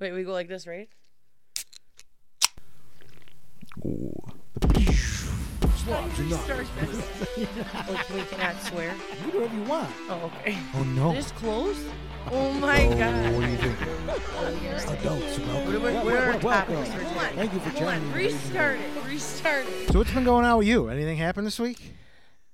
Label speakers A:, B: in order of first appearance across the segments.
A: Wait, we go like this, right?
B: Swabs and knives.
A: Like we cannot swear.
B: You can do whatever you want.
A: Oh, okay.
B: Oh no.
A: This close? Oh my
B: oh, What do you
A: god.
B: think? Adults, welcome.
A: We're,
B: Wel-
A: we're
B: wel-
A: on top
B: welcome.
A: of this. Hold on.
B: Thank you for
A: Hold
B: joining.
A: on.
B: me, ladies and
A: Restart it. Restart it.
B: So what's been going on with you? Anything happened this week?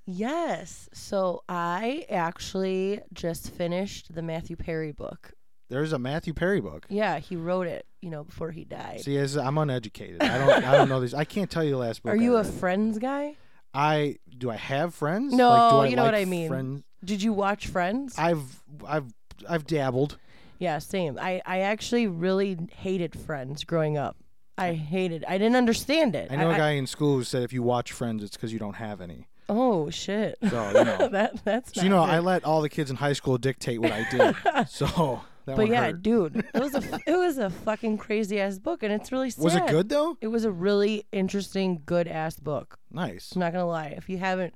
A: Yes. So I actually just finished the Matthew Perry book.
B: There's a Matthew Perry book.
A: Yeah, he wrote it, you know, before he died.
B: See, as I'm uneducated. I don't. I don't know these. I can't tell you the last book.
A: Are
B: I
A: you a
B: read.
A: Friends guy?
B: I do. I have friends.
A: No,
B: like, do I
A: you know what
B: like
A: I mean.
B: Friends.
A: Did you watch Friends?
B: I've. I've. I've dabbled.
A: yeah, same. I, I actually really hated Friends growing up. I hated. I didn't understand it.
B: I know a
A: I-
B: guy in school who said if you watch Friends, it's because you don't have any.
A: oh shit.
B: So you know.
A: that that's.
B: so you know,
A: not
B: I
A: good.
B: let all the kids in high school dictate what I did. so that
A: But
B: one
A: yeah,
B: hurt.
A: dude, it was a it was a fucking crazy ass book, and it's really sad.
B: Was it good though?
A: It was a really interesting, good ass book.
B: Nice.
A: I'm not gonna lie. If you haven't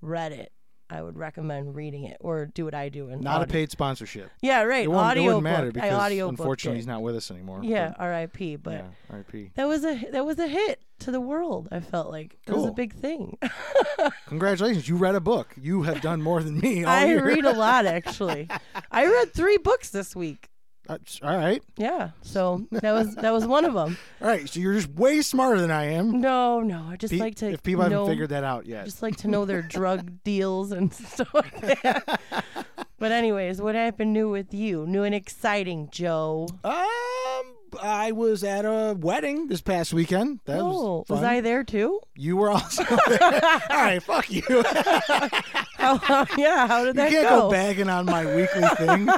A: read it, I would recommend reading it or do what I do and
B: Not a
A: audio-
B: paid sponsorship.
A: Yeah, right.
B: It won't, it
A: audio
B: wouldn't matter
A: I
B: because
A: audio
B: unfortunately he's not with us anymore.
A: Yeah, R.I.P.
B: But,
A: But
B: yeah. R.I.P.
A: that was a that was a hit to the world. I felt like it was a
B: Cool.
A: big thing.
B: Congratulations, you read a book. You have done more than me all
A: I
B: year.
A: read a lot actually. I read three books this week.
B: That's- all right,
A: Yeah, so that was that was one of them.
B: all right. So you're just way smarter than I am.
A: No, no, I just
B: Pe-
A: like to
B: if people
A: know,
B: haven't figured that out yet,
A: just like to know their drug deals and stuff like that. But anyways, what happened new with you? New and exciting, Joe.
B: um, I was at a wedding this past weekend. That
A: oh,
B: was fun.
A: I there too?
B: You were also there. all right. Fuck you. you
A: How, Oh, yeah, how did that
B: can't go. bagging on my weekly thing.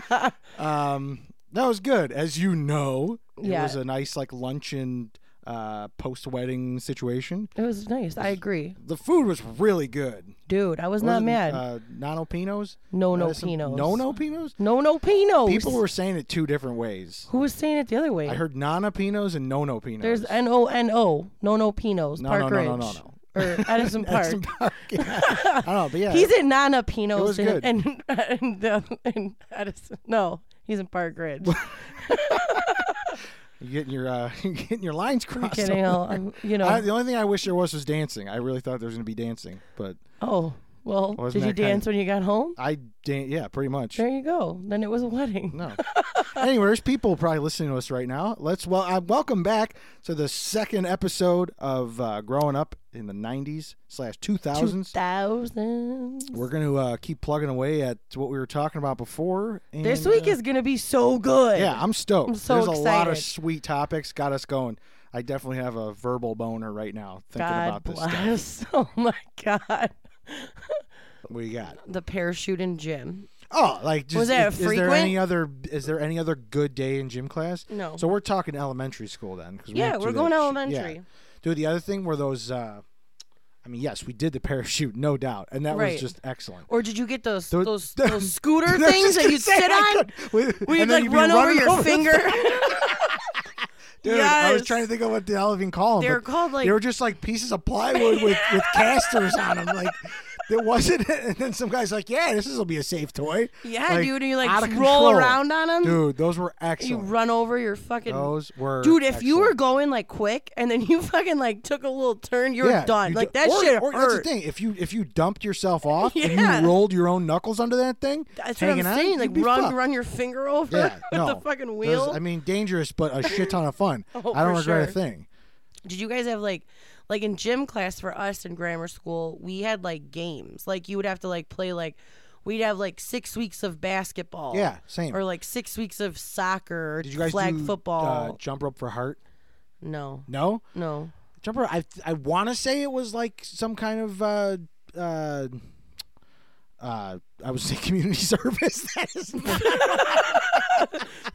B: Um, that was good, as you know. It
A: Yeah.
B: was a nice like luncheon, uh, post wedding situation.
A: It was nice. I agree,
B: The food was really good.
A: dude. I was not
B: Wasn't,
A: mad.
B: Uh, Nono Pinos.
A: No, no
B: Uh, some-
A: pinos. Oh,
B: No, no Pinos.
A: no, no pinos.
B: People were saying it two different ways.
A: who was saying it the other way?
B: I heard Nana Pinos and No No Pinos.
A: There's N O N O, no no pinos,
B: No,
A: Park
B: no,
A: Ridge,
B: no, no, no, no.
A: or Edison Park.
B: Jackson Park. I don't know, but yeah,
A: He's in Nana
B: It
A: Pinos
B: was
A: and
B: good.
A: and, and, uh, and Edison. No, he's in Park Ridge.
B: you're getting your uh, you're getting your lines crossed.
A: Kidding, I'll- I'm- you know.
B: I, the only thing I wish there was was dancing. I really thought there was gonna be dancing, but
A: oh well, did
B: Wasn't
A: you
B: that kinda-
A: dance when you got home?
B: I dan- yeah, pretty much.
A: There you go. Then it was a wedding.
B: No. anyway, there's people probably listening to us right now. Let's well, uh, welcome back to the second episode of uh, growing up in the '90s slash 2000s.
A: Thousands.
B: We're going to uh, keep plugging away at what we were talking about before. And,
A: This week
B: uh,
A: is gonna be so good.
B: yeah, I'm stoked.
A: I'm so
B: There's a lot of
A: excited.
B: sweet topics. Got us going. I definitely have a verbal boner right now thinking
A: God
B: about this stuff.
A: bless. Oh my God.
B: What do you got?
A: The parachute and gym.
B: Oh, like just,
A: Was that
B: is, is there
A: frequent?
B: any other is there any other good day in gym class?
A: No.
B: So we're talking elementary school then. 'cause we
A: Yeah,
B: don't do
A: we're
B: that
A: going
B: shit.
A: elementary.
B: Yeah. Dude, the other thing were those. Uh, I mean, yes, we did the parachute, no doubt, and that
A: Right.
B: was just excellent.
A: Or did you get those
B: Those-
A: those,
B: those-
A: those scooter
B: I was
A: things
B: just
A: that
B: gonna
A: you
B: say,
A: sit
B: I
A: on?
B: could- Where
A: Where you'd
B: and then
A: like
B: be
A: run over
B: running
A: your
B: the-
A: finger.
B: Dude, I was
A: Yes.
B: trying to think of what the hell even call them.
A: They were called, like-
B: they were just like pieces of plywood with, with casters on them. Like there wasn't. And then some guys like, yeah, this will be a safe toy.
A: Yeah, dude, and you, like,
B: out of
A: roll
B: control.
A: around on 'em.
B: Dude, those were
A: you
B: excellent.
A: run over your fucking
B: those were
A: dude. If you were
B: excellent.
A: going like quick and then you fucking like took a little turn, you're
B: yeah,
A: done.
B: you
A: like
B: d-
A: that
B: or,
A: shit
B: or
A: hurt.
B: that's the thing. If you if you dumped yourself off
A: Yeah.
B: and you rolled your own knuckles under that thing,
A: That's what I'm
B: hanging
A: saying.
B: on,
A: Like
B: you'd be
A: run,
B: fucked.
A: run your finger over
B: Yeah, no.
A: the fucking
B: Those-
A: wheel.
B: I mean, dangerous, but a shit ton of fun.
A: Oh,
B: I don't
A: for
B: regret
A: sure.
B: a thing.
A: Did you guys have like like in gym class for us in grammar school, we had like games. Like you would have to like play like we'd have like 6 weeks of basketball.
B: Yeah, same.
A: Or like 6 weeks of soccer, or
B: Did you guys
A: flag
B: do,
A: football.
B: Uh, jump rope for heart?
A: no.
B: No,
A: No.
B: jump rope. I I want to say it was like some kind of. Uh, uh, uh, I was say community service. That is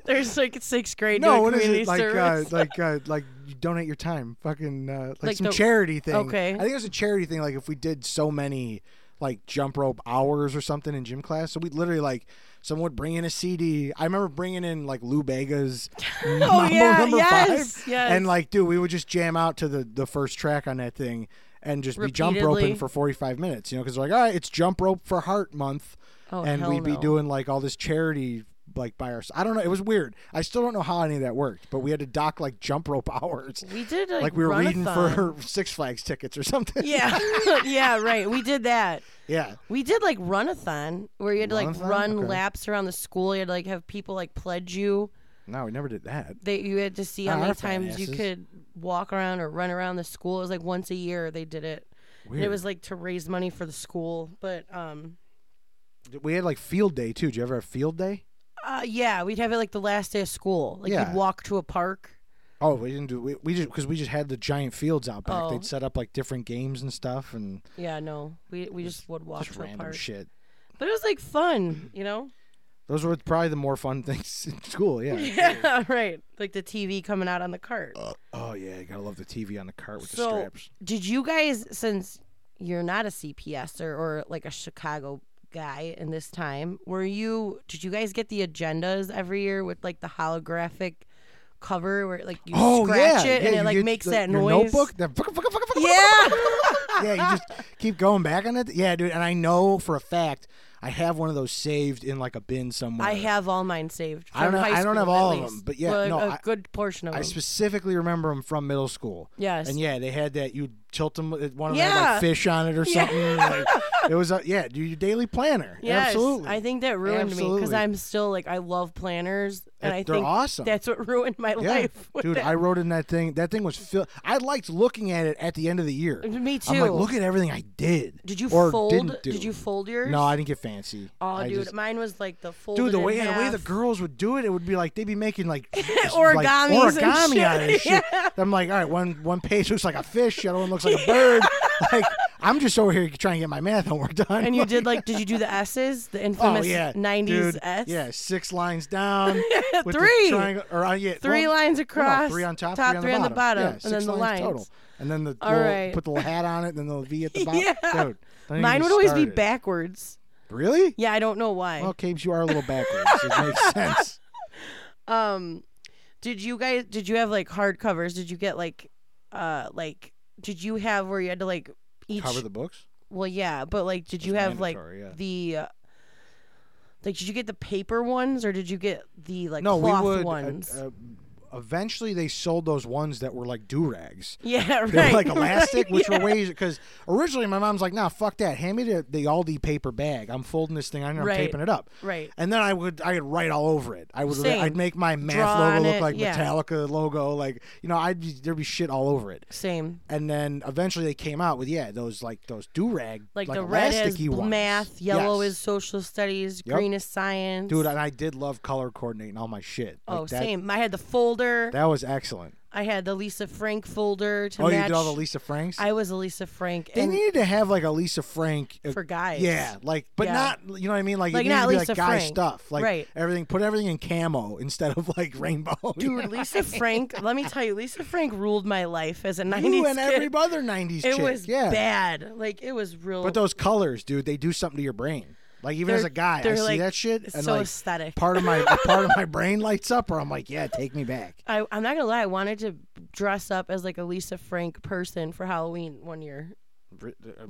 A: There's like 6th grade
B: no,
A: doing
B: what is
A: community
B: it like? Uh,
A: service.
B: like, uh, like you donate your time, fucking uh, like,
A: Like
B: some
A: the-
B: charity thing.
A: okay.
B: I think it was a charity thing. Like if we did so many like jump rope hours or something in gym class, so we'd literally like someone would bring in a CD. I remember bringing in like Lou Bega's Mambo
A: Oh, yeah,
B: Number
A: yes,
B: Five,
A: yes.
B: and like dude, we would just jam out to the the first track on that thing and just be jump roping
A: Repeatedly.
B: for forty five minutes. You know, because like all right, it's jump rope for heart month,
A: Oh,
B: and
A: hell
B: we'd be
A: no.
B: doing like all this charity like by our. I don't know. It was weird. I still don't know how any of that worked, but we had to dock like jump rope hours.
A: We did like,
B: Like we were reading
A: run-a-thon.
B: for Six Flags tickets or something.
A: yeah, yeah, right. We did that.
B: Yeah.
A: We did like run-a-thon where you had to like
B: Run-a-thon?
A: run
B: Okay.
A: laps around the school. You had to like have people like pledge you.
B: No, we never did that.
A: They you had to see
B: Ah,
A: how many
B: our fat
A: times you
B: asses.
A: could walk around or run around the school. It was like once a year they did it. And it
B: Weird.
A: was like to raise money for the school. But um
B: We had like field day too. Did you ever have field day?
A: uh, yeah, we'd have it like the last day of school. Like
B: Yeah.
A: you'd walk to a park.
B: Oh, we didn't do. We, we just because we just had the giant fields out back.
A: Oh.
B: They'd set up like different games and stuff and
A: Yeah, no. We we just would walk
B: just
A: to a
B: random
A: park.
B: shit.
A: But it was like fun, you know?
B: Those were probably the more fun things in school. Yeah.
A: Yeah, right. Like the TV coming out on the cart.
B: oh yeah, you gotta love the TV on the cart with
A: So-
B: the straps.
A: Did you guys, since you're not a CPS or, er or like a Chicago guy in this time, were you, did you guys get the agendas every year with like the holographic cover where like you scratch it and
B: Oh, you
A: it like
B: get
A: makes
B: the-
A: that
B: your
A: noise?
B: Notebook. That fuck, fuck, fuck, fuck, fuck,
A: Yeah.
B: yeah, you just keep going back on it. Yeah, dude, and I know for a fact I have one of those saved in like a bin somewhere.
A: I have all mine saved.
B: I don't
A: from
B: know-
A: high
B: I don't have
A: school, at
B: all of them,
A: least.
B: but yeah,
A: Well,
B: no,
A: a
B: I-
A: good portion of
B: I
A: them.
B: specifically remember them from middle school.
A: Yes.
B: And yeah, they had that you tilt them one of them had
A: Yeah.
B: like fish on it or
A: Yeah.
B: something. like, it was a yeah, do your daily planner.
A: Yes,
B: Absolutely.
A: I think that ruined me because
B: Absolutely.
A: I'm still like I love planners, and
B: That-
A: I
B: they're
A: think
B: awesome.
A: that's what ruined my
B: yeah.
A: life. with
B: Dude,
A: that.
B: I wrote in that thing. That thing was filled. I liked looking at it at the end of the year.
A: Uh, me too.
B: I'm like, look at everything I did.
A: Did you
B: or
A: fold?
B: Didn't do.
A: Did you fold yours?
B: No, I didn't get fancy.
A: Oh,
B: I
A: dude,
B: just-
A: mine was like the folded.
B: Dude, the
A: in
B: way yeah, the way
A: half.
B: the girls would do it, it would be like they'd be making like like,
A: Origamis and
B: origami
A: shit.
B: out of this shit. I'm like, all right, one one page looks like a fish, the other one looks like a bird. Like I'm just over here trying to get my math homework done.
A: and you did like, did you do the S's, the
B: oh
A: infamous
B: yeah,
A: '90s
B: dude,
A: S?
B: Yeah, six lines down. with the
A: Three.
B: triangle, or, uh, yeah,
A: Three
B: well,
A: lines
B: well, no,
A: across.
B: three on top, three on
A: three
B: the bottom, Yeah,
A: and then
B: six
A: the lines.
B: lines total. And then the
A: All
B: little,
A: right.
B: put the little hat on it, and then the little V at the bottom.
A: Yeah.
B: Dude, don't
A: Mine
B: even
A: would always be
B: started.
A: backwards.
B: Really?
A: Yeah, I don't know why.
B: Well, Capes, you are a little backwards. it makes sense.
A: Um, did you guys? Did you have like hard covers? Did you get like, uh, like did you have where you had to like each?
B: Cover the books.
A: well, yeah, but like, did you
B: It's
A: have like
B: mandatory, yeah.
A: the? Uh, like, did you get the paper ones or did you get the like
B: no,
A: cloth
B: we would. uh,
A: ones?
B: uh, eventually, they sold those ones that were like do rags.
A: yeah, right.
B: They were like elastic,
A: right,
B: which
A: yeah.
B: were ways because originally my mom's like, "Nah, fuck that. Hand me the, the Aldi paper bag. I'm folding this thing. on and I'm
A: Right.
B: taping it up."
A: right.
B: And then I would I would write all over it. I would
A: Same.
B: I'd make my math
A: Draw on
B: logo look
A: it,
B: like
A: yeah.
B: Metallica logo, like you know I'd be, there'd be shit all over it.
A: Same.
B: And then eventually they came out with yeah those like those do rag
A: Like, the red is
B: elasticy ones.
A: math, yellow
B: Yes.
A: is social studies,
B: Yep.
A: green is science.
B: dude. And I did love color coordinating all my shit. Like,
A: oh,
B: that,
A: same. I had the folder.
B: That was excellent.
A: I had the Lisa Frank folder to
B: oh,
A: match.
B: you did all the Lisa Franks.
A: I was a Lisa Frank.
B: They
A: and
B: needed to have like a Lisa Frank. uh,
A: for guys.
B: yeah, like, but
A: Yeah.
B: not you know what I mean. Like,
A: Like,
B: it needed
A: not
B: to be
A: Lisa
B: like guy
A: Frank.
B: stuff. Like
A: Right.
B: everything, put everything in camo instead of like rainbow.
A: Dude, Lisa Frank, let me tell you, Lisa Frank ruled my life as a 90s
B: you and
A: kid.
B: every other '90s
A: it
B: chick.
A: was
B: yeah,
A: bad. Like, it was real.
B: but those colors, dude, they do something to your brain. Like even as
A: They're-
B: a guy, I
A: they're,
B: see
A: like,
B: that shit
A: it's
B: and
A: so
B: like
A: aesthetic.
B: part of my a part of my brain lights up, or I'm like, yeah, take me back.
A: I, I'm not going to lie. I wanted to dress up as, like, a Lisa Frank person for Halloween one year.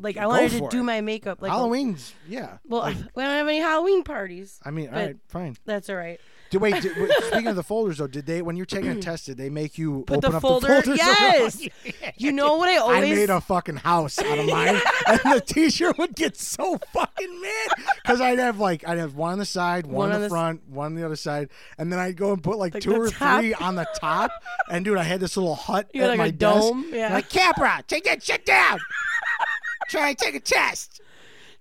A: Like, I
B: Go
A: wanted to
B: for
A: do
B: it.
A: my makeup. Like,
B: Halloween's. Yeah.
A: Well,
B: Like,
A: we don't have any Halloween parties.
B: I mean, all
A: but-
B: right, fine.
A: That's all right.
B: Did, wait, did, wait, speaking of the folders though, did they when you're taking a test, did they make you
A: Put
B: open
A: the
B: up
A: folder.
B: the folders?
A: yes. You know what I
B: I
A: always.
B: made a fucking house out of mine, and the teacher would get so fucking mad because I'd have like I'd have one on the side,
A: One on
B: one, on
A: the
B: the
A: s-
B: front, one on the other side, and then I'd go and put like,
A: Like
B: two
A: the
B: or
A: top.
B: three on the top. And dude, I had this little hut
A: You had,
B: at
A: like,
B: my
A: a
B: desk.
A: dome?
B: And
A: Yeah.
B: like Capra, take that shit down. Try and take a test.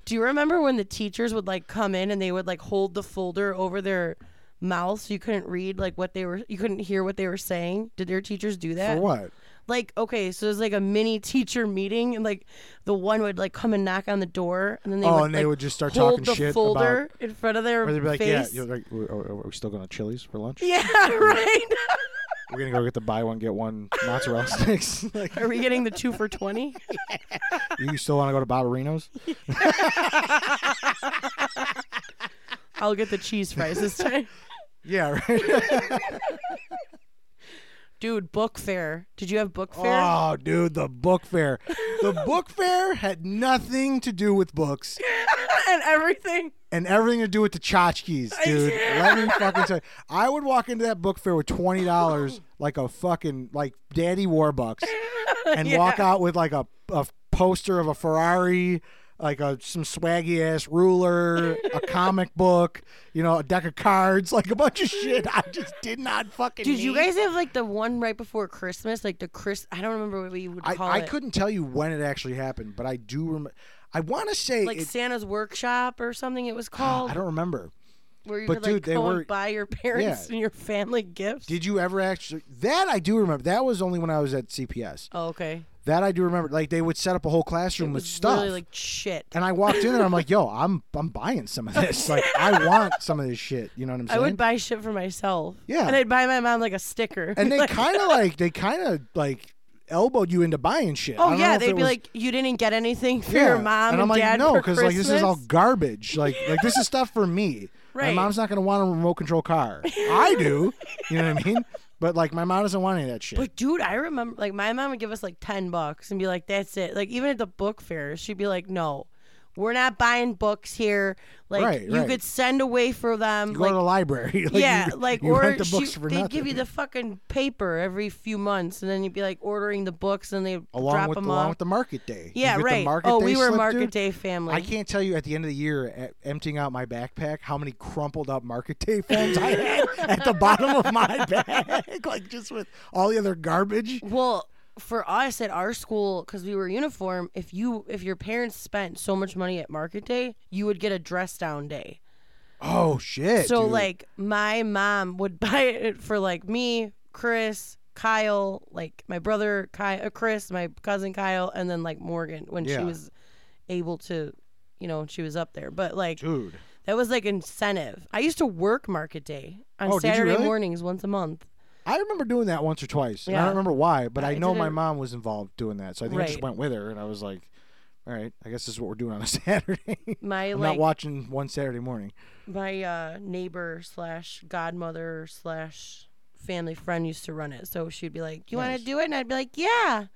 A: Do you remember when the teachers would like come in and they would like hold the folder over their mouth so you couldn't read like what they were you couldn't hear what they were saying? Did their teachers do that?
B: For what?
A: Like okay, so there's like a mini teacher meeting and like the one would like come and knock on the door and then they
B: Oh,
A: would
B: and they
A: like,
B: would just start
A: hold
B: talking
A: the
B: shit
A: folder in front of their
B: Or they'd be like,
A: face.
B: yeah, you're like, are, are we still going to Chili's for lunch?
A: Yeah, right.
B: We're gonna go get the buy one get one mozzarella sticks. like,
A: Are we getting the two for twenty?
B: you still want to go to Barbarino's?
A: I'll get the cheese fries this time.
B: Yeah, right.
A: Dude, book fair. Did you have book fair?
B: oh, dude, the book fair. The book fair had nothing to do with books.
A: and everything.
B: and everything to do with the tchotchkes, dude. Let me fucking tell you. I would walk into that book fair with twenty dollars, like a fucking like Daddy Warbucks, and walk out with like a, a poster of a Ferrari, like a some swaggy ass ruler, a comic book, you know, a deck of cards, like a bunch of shit. I just did not fucking.
A: Did you
B: need.
A: guys have like the one right before Christmas, like the Chris? I don't remember what we would
B: I,
A: call
B: I
A: it.
B: couldn't tell you when it actually happened, but I do remember. I want to say
A: like
B: it-
A: Santa's workshop or something. It was called
B: I don't remember.
A: where you
B: but
A: could like
B: dude, they
A: go
B: were-
A: and buy your parents
B: yeah.
A: and your family gifts.
B: Did you ever actually? That I do remember. That was only when I was at CPS.
A: oh, okay.
B: That I do remember. Like they would set up a whole classroom
A: It
B: with
A: was
B: stuff.
A: really like shit.
B: and I walked in there. I'm like, yo, I'm I'm buying some of this. Like I want some of this shit. You know what I'm
A: I
B: saying?
A: would buy shit for myself.
B: Yeah.
A: And I'd buy my mom like a sticker.
B: and they
A: Like,
B: kind of like they kind of like elbowed you into buying shit. I
A: Oh
B: don't know
A: yeah,
B: if
A: they'd
B: it
A: be
B: was-
A: like, "You didn't get anything for
B: Yeah.
A: your mom
B: and
A: and,
B: I'm like,
A: dad
B: no,
A: for
B: like this is all
A: Christmas?"
B: garbage. Like like this is stuff for me. My
A: Right.
B: mom's not gonna want a remote control car. I do. You know what I mean? But like my mom doesn't want any of that shit.
A: But dude, I remember like my mom would give us like ten bucks and be like, "That's it." Like even at the book fair, she'd be like, "No, we're not buying books here. Like
B: Right,
A: you
B: right.
A: could send away for them.
B: you go
A: like
B: to the library. Like,
A: yeah,
B: you,
A: like
B: you
A: or
B: rent the
A: she-
B: books for
A: they'd
B: nothing.
A: give you the fucking paper every few months, and then you'd be like ordering the books, and they
B: along
A: drop
B: with
A: them
B: along
A: off.
B: with the market day. You
A: yeah,
B: get the
A: right.
B: market
A: oh,
B: day
A: we were
B: slip,
A: market
B: dude.
A: day family.
B: I can't tell you at the end of the year, at emptying out my backpack, how many crumpled up market day forms I had at the bottom of my bag, like just with all the other garbage.
A: Well, for us at our school, because we were uniform, if you if your parents spent so much money at market day, you would get a dress down day.
B: Oh shit!
A: So
B: dude.
A: like my mom would buy it for like me, Chris, Kyle, like my brother Ky- uh, Chris, my cousin Kyle, and then like Morgan when
B: Yeah.
A: she was able to, you know, she was up there. But like
B: dude,
A: that was like incentive. I used to work market day on
B: Oh, did you
A: Saturday
B: really?
A: mornings once a month.
B: I remember doing that once or twice. And I
A: Yeah.
B: don't remember why, but I,
A: I
B: know my
A: didn't-
B: mom was involved doing that, so I think I just
A: Right.
B: went with her, and I was like, "All right, I guess this is what we're doing on a Saturday."
A: My
B: I'm
A: like
B: not watching one Saturday morning.
A: my uh, neighbor slash godmother slash family friend used to run it. So she'd be like, "You want
B: Nice.
A: to do it?" And I'd be like, "Yeah."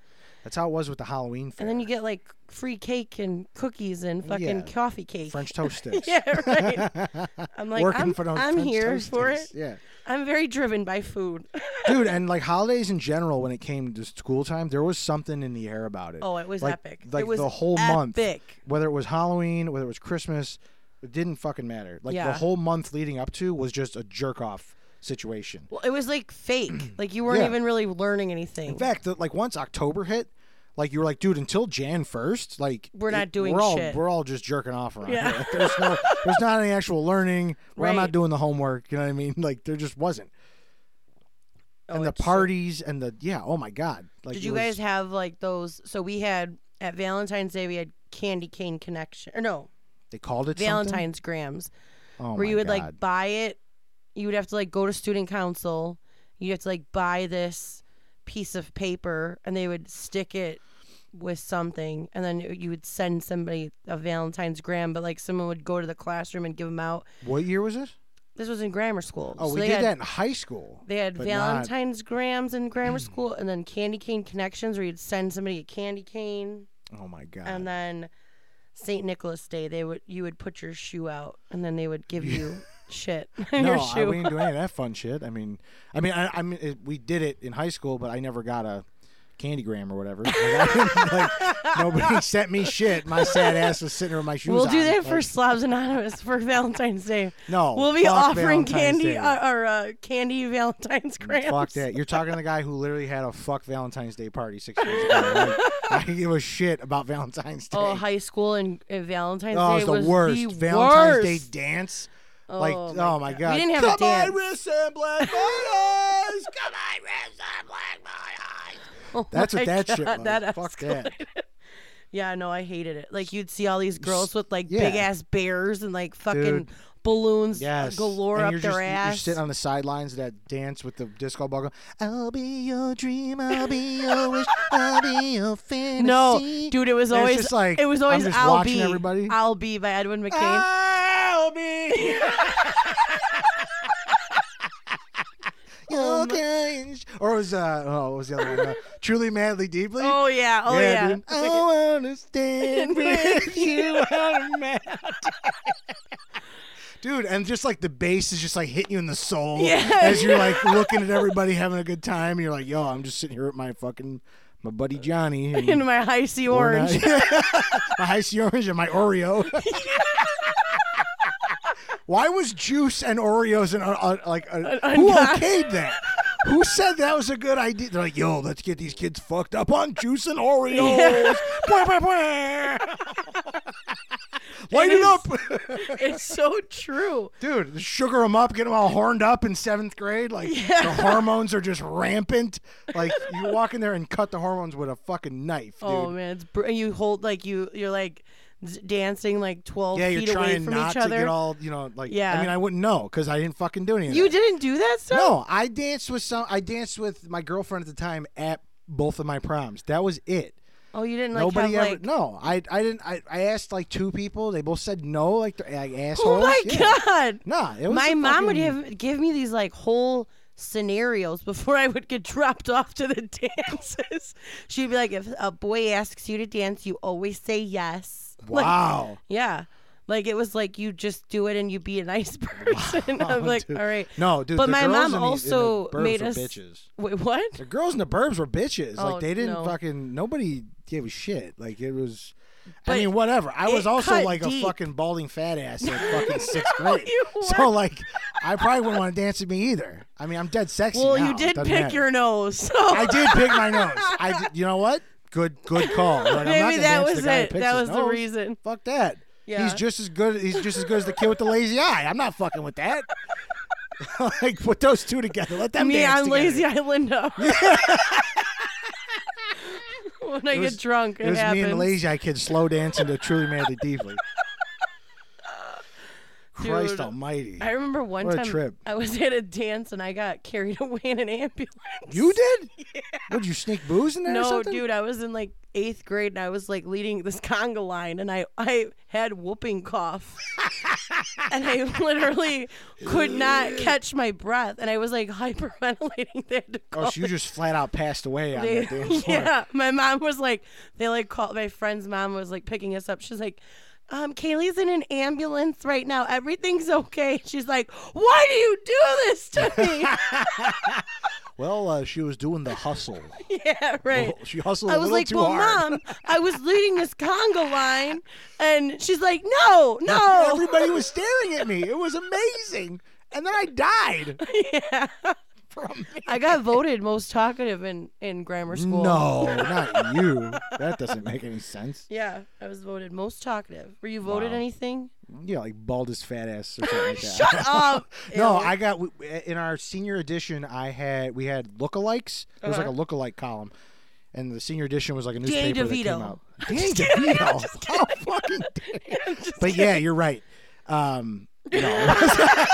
B: That's how it was with the Halloween fair.
A: And then you get like free cake and cookies and fucking
B: Yeah.
A: coffee cake.
B: French toast sticks.
A: yeah, right. I'm like,
B: Working
A: I'm,
B: for those
A: I'm
B: French
A: here
B: toast
A: for
B: sticks.
A: it.
B: Yeah.
A: I'm very driven by food.
B: dude and like holidays in general when it came to school time there was something in the air about it
A: Oh, it was
B: Like-
A: epic.
B: like
A: it was
B: the whole month.
A: epic.
B: whether it was halloween whether it was christmas it didn't fucking matter like the
A: Yeah.
B: whole month leading up to was just a jerk off situation
A: Well, it was like fake. like you weren't
B: Yeah.
A: even really learning anything.
B: in fact that like once october hit like you were like dude until jan 1st like
A: We're not doing
B: we're all
A: shit.
B: we're all just jerking off around
A: Yeah.
B: here. Like, there's no there's not any actual learning we're not
A: Right.
B: doing the homework you know what i mean like there just wasn't
A: Oh,
B: and the
A: it's-
B: parties and the yeah oh my god like
A: Did
B: it
A: you
B: was-
A: guys have like those? So we had at Valentine's Day we had candy cane connection or no
B: they called it something?
A: Valentine's grams
B: oh
A: where
B: my
A: you would
B: God.
A: like buy it. You would have to like go to student council. You'd have to like buy this piece of paper and they would stick it with something and then you would send somebody a Valentine's gram. But like someone would go to the classroom and give them out.
B: What year was it?
A: This was in grammar school.
B: Oh,
A: So
B: we
A: they
B: did
A: had-
B: that in high school.
A: They had
B: but not-
A: Valentine's grams in grammar school, and then candy cane connections, where you'd send somebody a candy cane,
B: Oh my god.
A: and then Saint Nicholas Day, they would you would put your shoe out, and then they would give you shit in
B: no,
A: your
B: I,
A: shoe.
B: we didn't do any of that fun shit. I mean, I mean, I, I mean, it, we did it in high school, but I never got a candygram or whatever. Like, I didn't- like, nobody sent me shit. My sad ass was sitting there with my shoes.
A: we'll do
B: on.
A: that
B: Like,
A: for Slobs Anonymous for Valentine's Day.
B: No,
A: we'll be
B: fuck
A: offering
B: Valentine's
A: candy
B: Day. Mm,
A: uh, or uh, candy Valentine's grams.
B: Fuck that. You're talking to the guy who literally had a fuck Valentine's Day party six years ago. Like, I didn't give a shit about Valentine's Day.
A: Oh, high school and, and Valentine's
B: Oh,
A: Day
B: it's the
A: was
B: worst.
A: the
B: Valentine's Day
A: worst.
B: dance. Like,
A: Oh,
B: oh
A: my
B: my,
A: God.
B: God.
A: We didn't have a
B: Come
A: dance.
B: on, wrists and black boys. Come on, wrists and black boys.
A: Oh
B: That's
A: my
B: what that shit
A: God,
B: was.
A: that
B: Fuck that.
A: Yeah, no, I hated it. Like you'd see all these girls with like
B: yeah.
A: big ass bears and like fucking
B: Dude.
A: balloons
B: Yes.
A: galore
B: and
A: up
B: you're
A: their
B: just, You're
A: ass.
B: sitting on the sidelines of that dance with the disco ball going, I'll be your dream, I'll be your wish, I'll be your fantasy.
A: no, dude, it was
B: And it's
A: always
B: just like,
A: it was
B: I'm
A: always
B: just
A: I'll
B: watching
A: be
B: everybody. Ah!
A: I'll be by Edwin McCain.
B: I'll be.
A: Um,
B: Okay. Or it was uh oh what was the other one? Uh, Truly madly deeply.
A: oh yeah, oh yeah.
B: dude. I wanna stand with you on a mountain. dude. And just like the bass is just like hitting you in the soul
A: Yeah.
B: as you're like looking at everybody having a good time. And you're like, yo, I'm just sitting here with my fucking my buddy Johnny and
A: in my high C
B: we're
A: orange.
B: not- my high C orange and my Oreo. Why was juice and Oreos and uh, uh, like uh,
A: An-
B: who
A: unco-
B: okayed that? Who said that was a good idea? They're like, yo, let's get these kids fucked up on juice and Oreos. Bwah, bwah, bwah. Light
A: It
B: it,
A: is-
B: up,
A: it's so true.
B: dude. Sugar them up, get them all horned up in seventh grade. Like the hormones are just rampant. Like you walk in there and cut the hormones with a fucking knife, dude.
A: Oh man, it's br- you hold like you you're like z- dancing like twelve
B: yeah,
A: feet
B: you're
A: away
B: trying
A: from
B: not
A: each
B: to get
A: other.
B: all you know. Like,
A: Yeah.
B: I mean, I wouldn't know because I didn't fucking do anything.
A: you didn't do that stuff.
B: No, I danced with some. I danced with my girlfriend at the time at both of my proms. That was it.
A: Oh, you didn't like
B: Nobody
A: have
B: ever.
A: like.
B: no, I I didn't. I, I asked like two people. They both said no. Like they're like
A: oh
B: assholes.
A: my
B: Yeah.
A: god.
B: Nah, it was
A: My
B: a
A: mom would
B: fucking-
A: have give me these like whole scenarios before I would get dropped off to the dances. She'd be like, if a boy asks you to dance, you always say yes. Like,
B: Wow.
A: yeah. Like it was like you just do it and you be a nice person. I'm like,
B: dude.
A: all right.
B: No, dude.
A: But
B: the
A: my
B: girls
A: mom
B: in the- in the
A: also
B: burbs
A: made
B: were
A: us-
B: bitches.
A: Wait, what?
B: The girls in the burbs were bitches.
A: Oh,
B: like they didn't
A: no.
B: fucking nobody gave a shit. Like it was.
A: But
B: I mean, whatever. I was
A: it
B: also
A: cut
B: like
A: deep.
B: a fucking balding fat ass in fucking sixth grade.
A: you
B: so like, I probably wouldn't want to dance with me either. I mean, I'm dead sexy.
A: Well,
B: now.
A: you
B: It
A: did pick
B: doesn't matter.
A: your nose. So
B: I did pick my nose. I. Did, you know what? Good. Good call. Like, I'm not
A: maybe
B: gonna
A: that
B: dance
A: was
B: with the guy who
A: it.
B: picks
A: That
B: his
A: was the
B: nose.
A: reason.
B: Fuck that.
A: Yeah.
B: He's just as good. He's just as good as the kid with the lazy eye. I'm not fucking with that. like put those two together. Let them
A: me
B: dance
A: on
B: together.
A: Lazy Island. no. when I
B: It was-
A: get drunk, it,
B: It was
A: happens.
B: me and the lazy eye kid slow dancing to Truly Madly Deeply. Christ
A: Dude.
B: almighty.
A: I remember one
B: What a
A: time
B: trip.
A: I was at a dance and I got carried away in an ambulance.
B: you did? Would you sneak booze in there or
A: No,
B: something?
A: dude, I was in like eighth grade and I was like leading this conga line and I, I had whooping cough. and I literally could not catch my breath. And I was like hyperventilating. They had to call
B: Oh, so you just flat out passed away on
A: They-
B: that dance floor.
A: yeah, my mom was like, they like called my friend's mom was like picking us up. She's like, um, Kaylee's in an ambulance right now. Everything's okay. She's like, why do you do this to me?
B: Well, uh, she was doing the hustle.
A: yeah, right.
B: She hustled
A: I
B: a
A: was
B: little
A: like,
B: too
A: well,
B: hard.
A: mom, I was leading this conga line, and she's like, no, no.
B: Everybody was staring at me. It was amazing. And then I died.
A: yeah.
B: From
A: I got voted most talkative in in grammar school.
B: No, not you. That doesn't make any sense.
A: Yeah, I was voted most talkative. Were you voted
B: Wow.
A: anything?
B: Yeah, like baldest fat ass or something like that.
A: Shut up.
B: No,
A: Ew.
B: I got w- in our senior edition. I had we had lookalikes. It was like a lookalike column, and the senior edition was like a
A: Uh-huh. Danny
B: newspaper that came
A: DeVito.
B: out. Danny DeVito. How fucking dare- But yeah, you're right. Um, no, it was-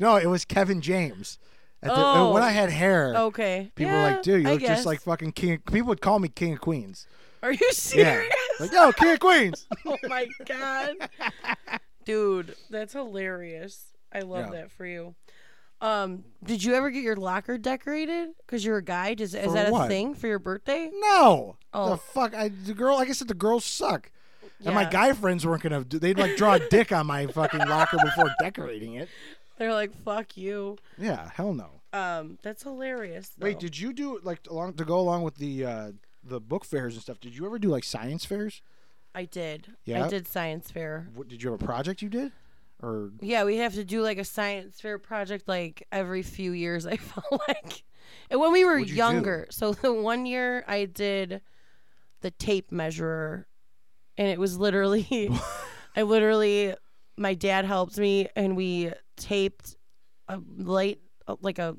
B: no, it was Kevin James. At the, uh,
A: Oh.
B: When I had hair,
A: Okay.
B: people
A: yeah,
B: were like, "Dude, you
A: I
B: look
A: guess.
B: just like fucking king." of- People would call me King of Queens.
A: Are you serious?
B: like yo, King of Queens.
A: oh my god. Dude, that's hilarious. I love
B: Yeah.
A: that for you. Um, did you ever get your locker decorated? Because you're a guy. Does is
B: For
A: that a
B: what?
A: thing for your birthday?
B: No.
A: Oh.
B: The fuck? I the girl. Like I said, the girls suck. And my
A: Yeah.
B: guy friends weren't gonna. do- They'd like draw a dick on my fucking locker before decorating it.
A: They're like, fuck you.
B: Yeah, hell no.
A: Um, that's hilarious.
B: Wait,
A: though.
B: did you do like along to go along with the uh the book fairs and stuff? Did you ever do like science fairs?
A: I did. I
B: Yeah?
A: did science fair.
B: What, did you have a project you did? Or
A: Yeah, we have to do like a science fair project like every few years. I felt like, and when we were
B: What'd you do?
A: younger, so the one year I did the tape measurer, and it was literally, I literally, my dad helped me, and we taped a light uh, like a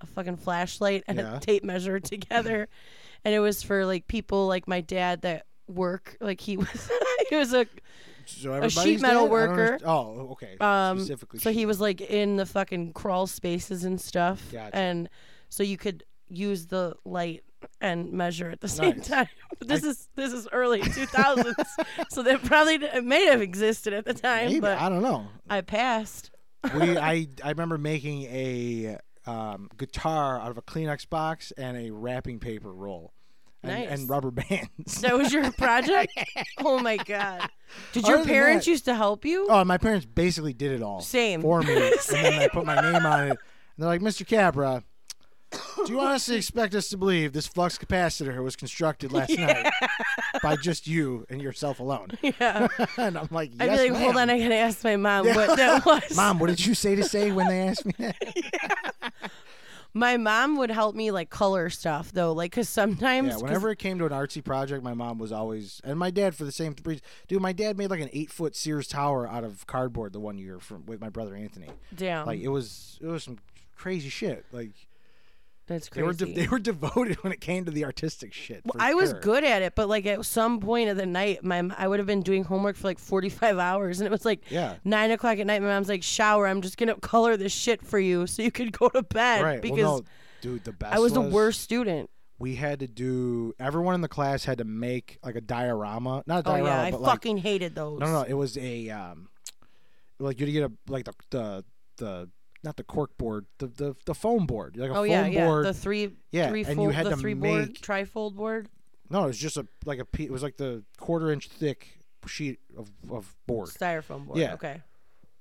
A: a fucking flashlight and
B: Yeah.
A: a tape measure together, and it was for like people like my dad that work like he was he was a
B: so
A: sheet metal
B: everybody's did? I don't
A: worker.
B: underst- Oh, okay.
A: Um,
B: Specifically,
A: so he
B: sheet.
A: was like in the fucking crawl spaces and stuff,
B: Gotcha.
A: and so you could use the light and measure at the same
B: Nice.
A: time. But this is this is early 2000s, so that probably d- it may have existed at the time,
B: Maybe,
A: but
B: I don't know.
A: I, passed.
B: we I I remember making a um, guitar out of a Kleenex box and a wrapping paper roll. and,
A: Nice.
B: and rubber bands.
A: That was your project? oh my god. Did your
B: Other than
A: parents
B: that-
A: used to help you?
B: Oh, my parents basically did it all.
A: Same.
B: For me. And then I put my name on it. And they're like, Mr. Capra, do you honestly expect us to believe this flux capacitor was constructed last night by just you and yourself alone?
A: yeah.
B: and I'm like,
A: I'd
B: yes,
A: be like, hold
B: ma'am."
A: on, I gotta ask my mom
B: Yeah.
A: what that was.
B: Mom, what did you say to say when they asked me that?
A: My mom would help me like color stuff though, like because sometimes
B: Yeah,
A: 'cause-
B: whenever it came to an artsy project, my mom was always, and my dad for the same reason. Dude, my dad made like an eight foot Sears tower out of cardboard the one year from with my brother Anthony.
A: damn,
B: Like it was, it was some crazy shit. Like
A: that's crazy.
B: they were, de- they were devoted when it came to the artistic shit. for
A: I was
B: sure.
A: good at it, but like at some point of the night, my m- I would have been doing homework for like forty five hours, and it was like
B: Yeah.
A: nine o'clock at night. My mom's like, "Shower, I'm just gonna color this shit for you, so you could go to bed."
B: right?
A: Because
B: well, no, dude, the best.
A: I was the worst student.
B: We had to do. Everyone in the class had to make like a diorama, not a
A: Oh
B: diorama,
A: yeah, I
B: but like
A: fucking hated those.
B: No, no, it was a um, like you get a like the the the not the cork board, the the, the foam board, like a
A: Oh
B: foam
A: yeah, yeah.
B: board.
A: The three,
B: Yeah,
A: three
B: and
A: fold,
B: you had
A: the
B: to
A: three board,
B: make-
A: trifold board.
B: no, it was just a like a pe- it was like the quarter inch thick sheet of of board,
A: styrofoam board.
B: Yeah.
A: Okay.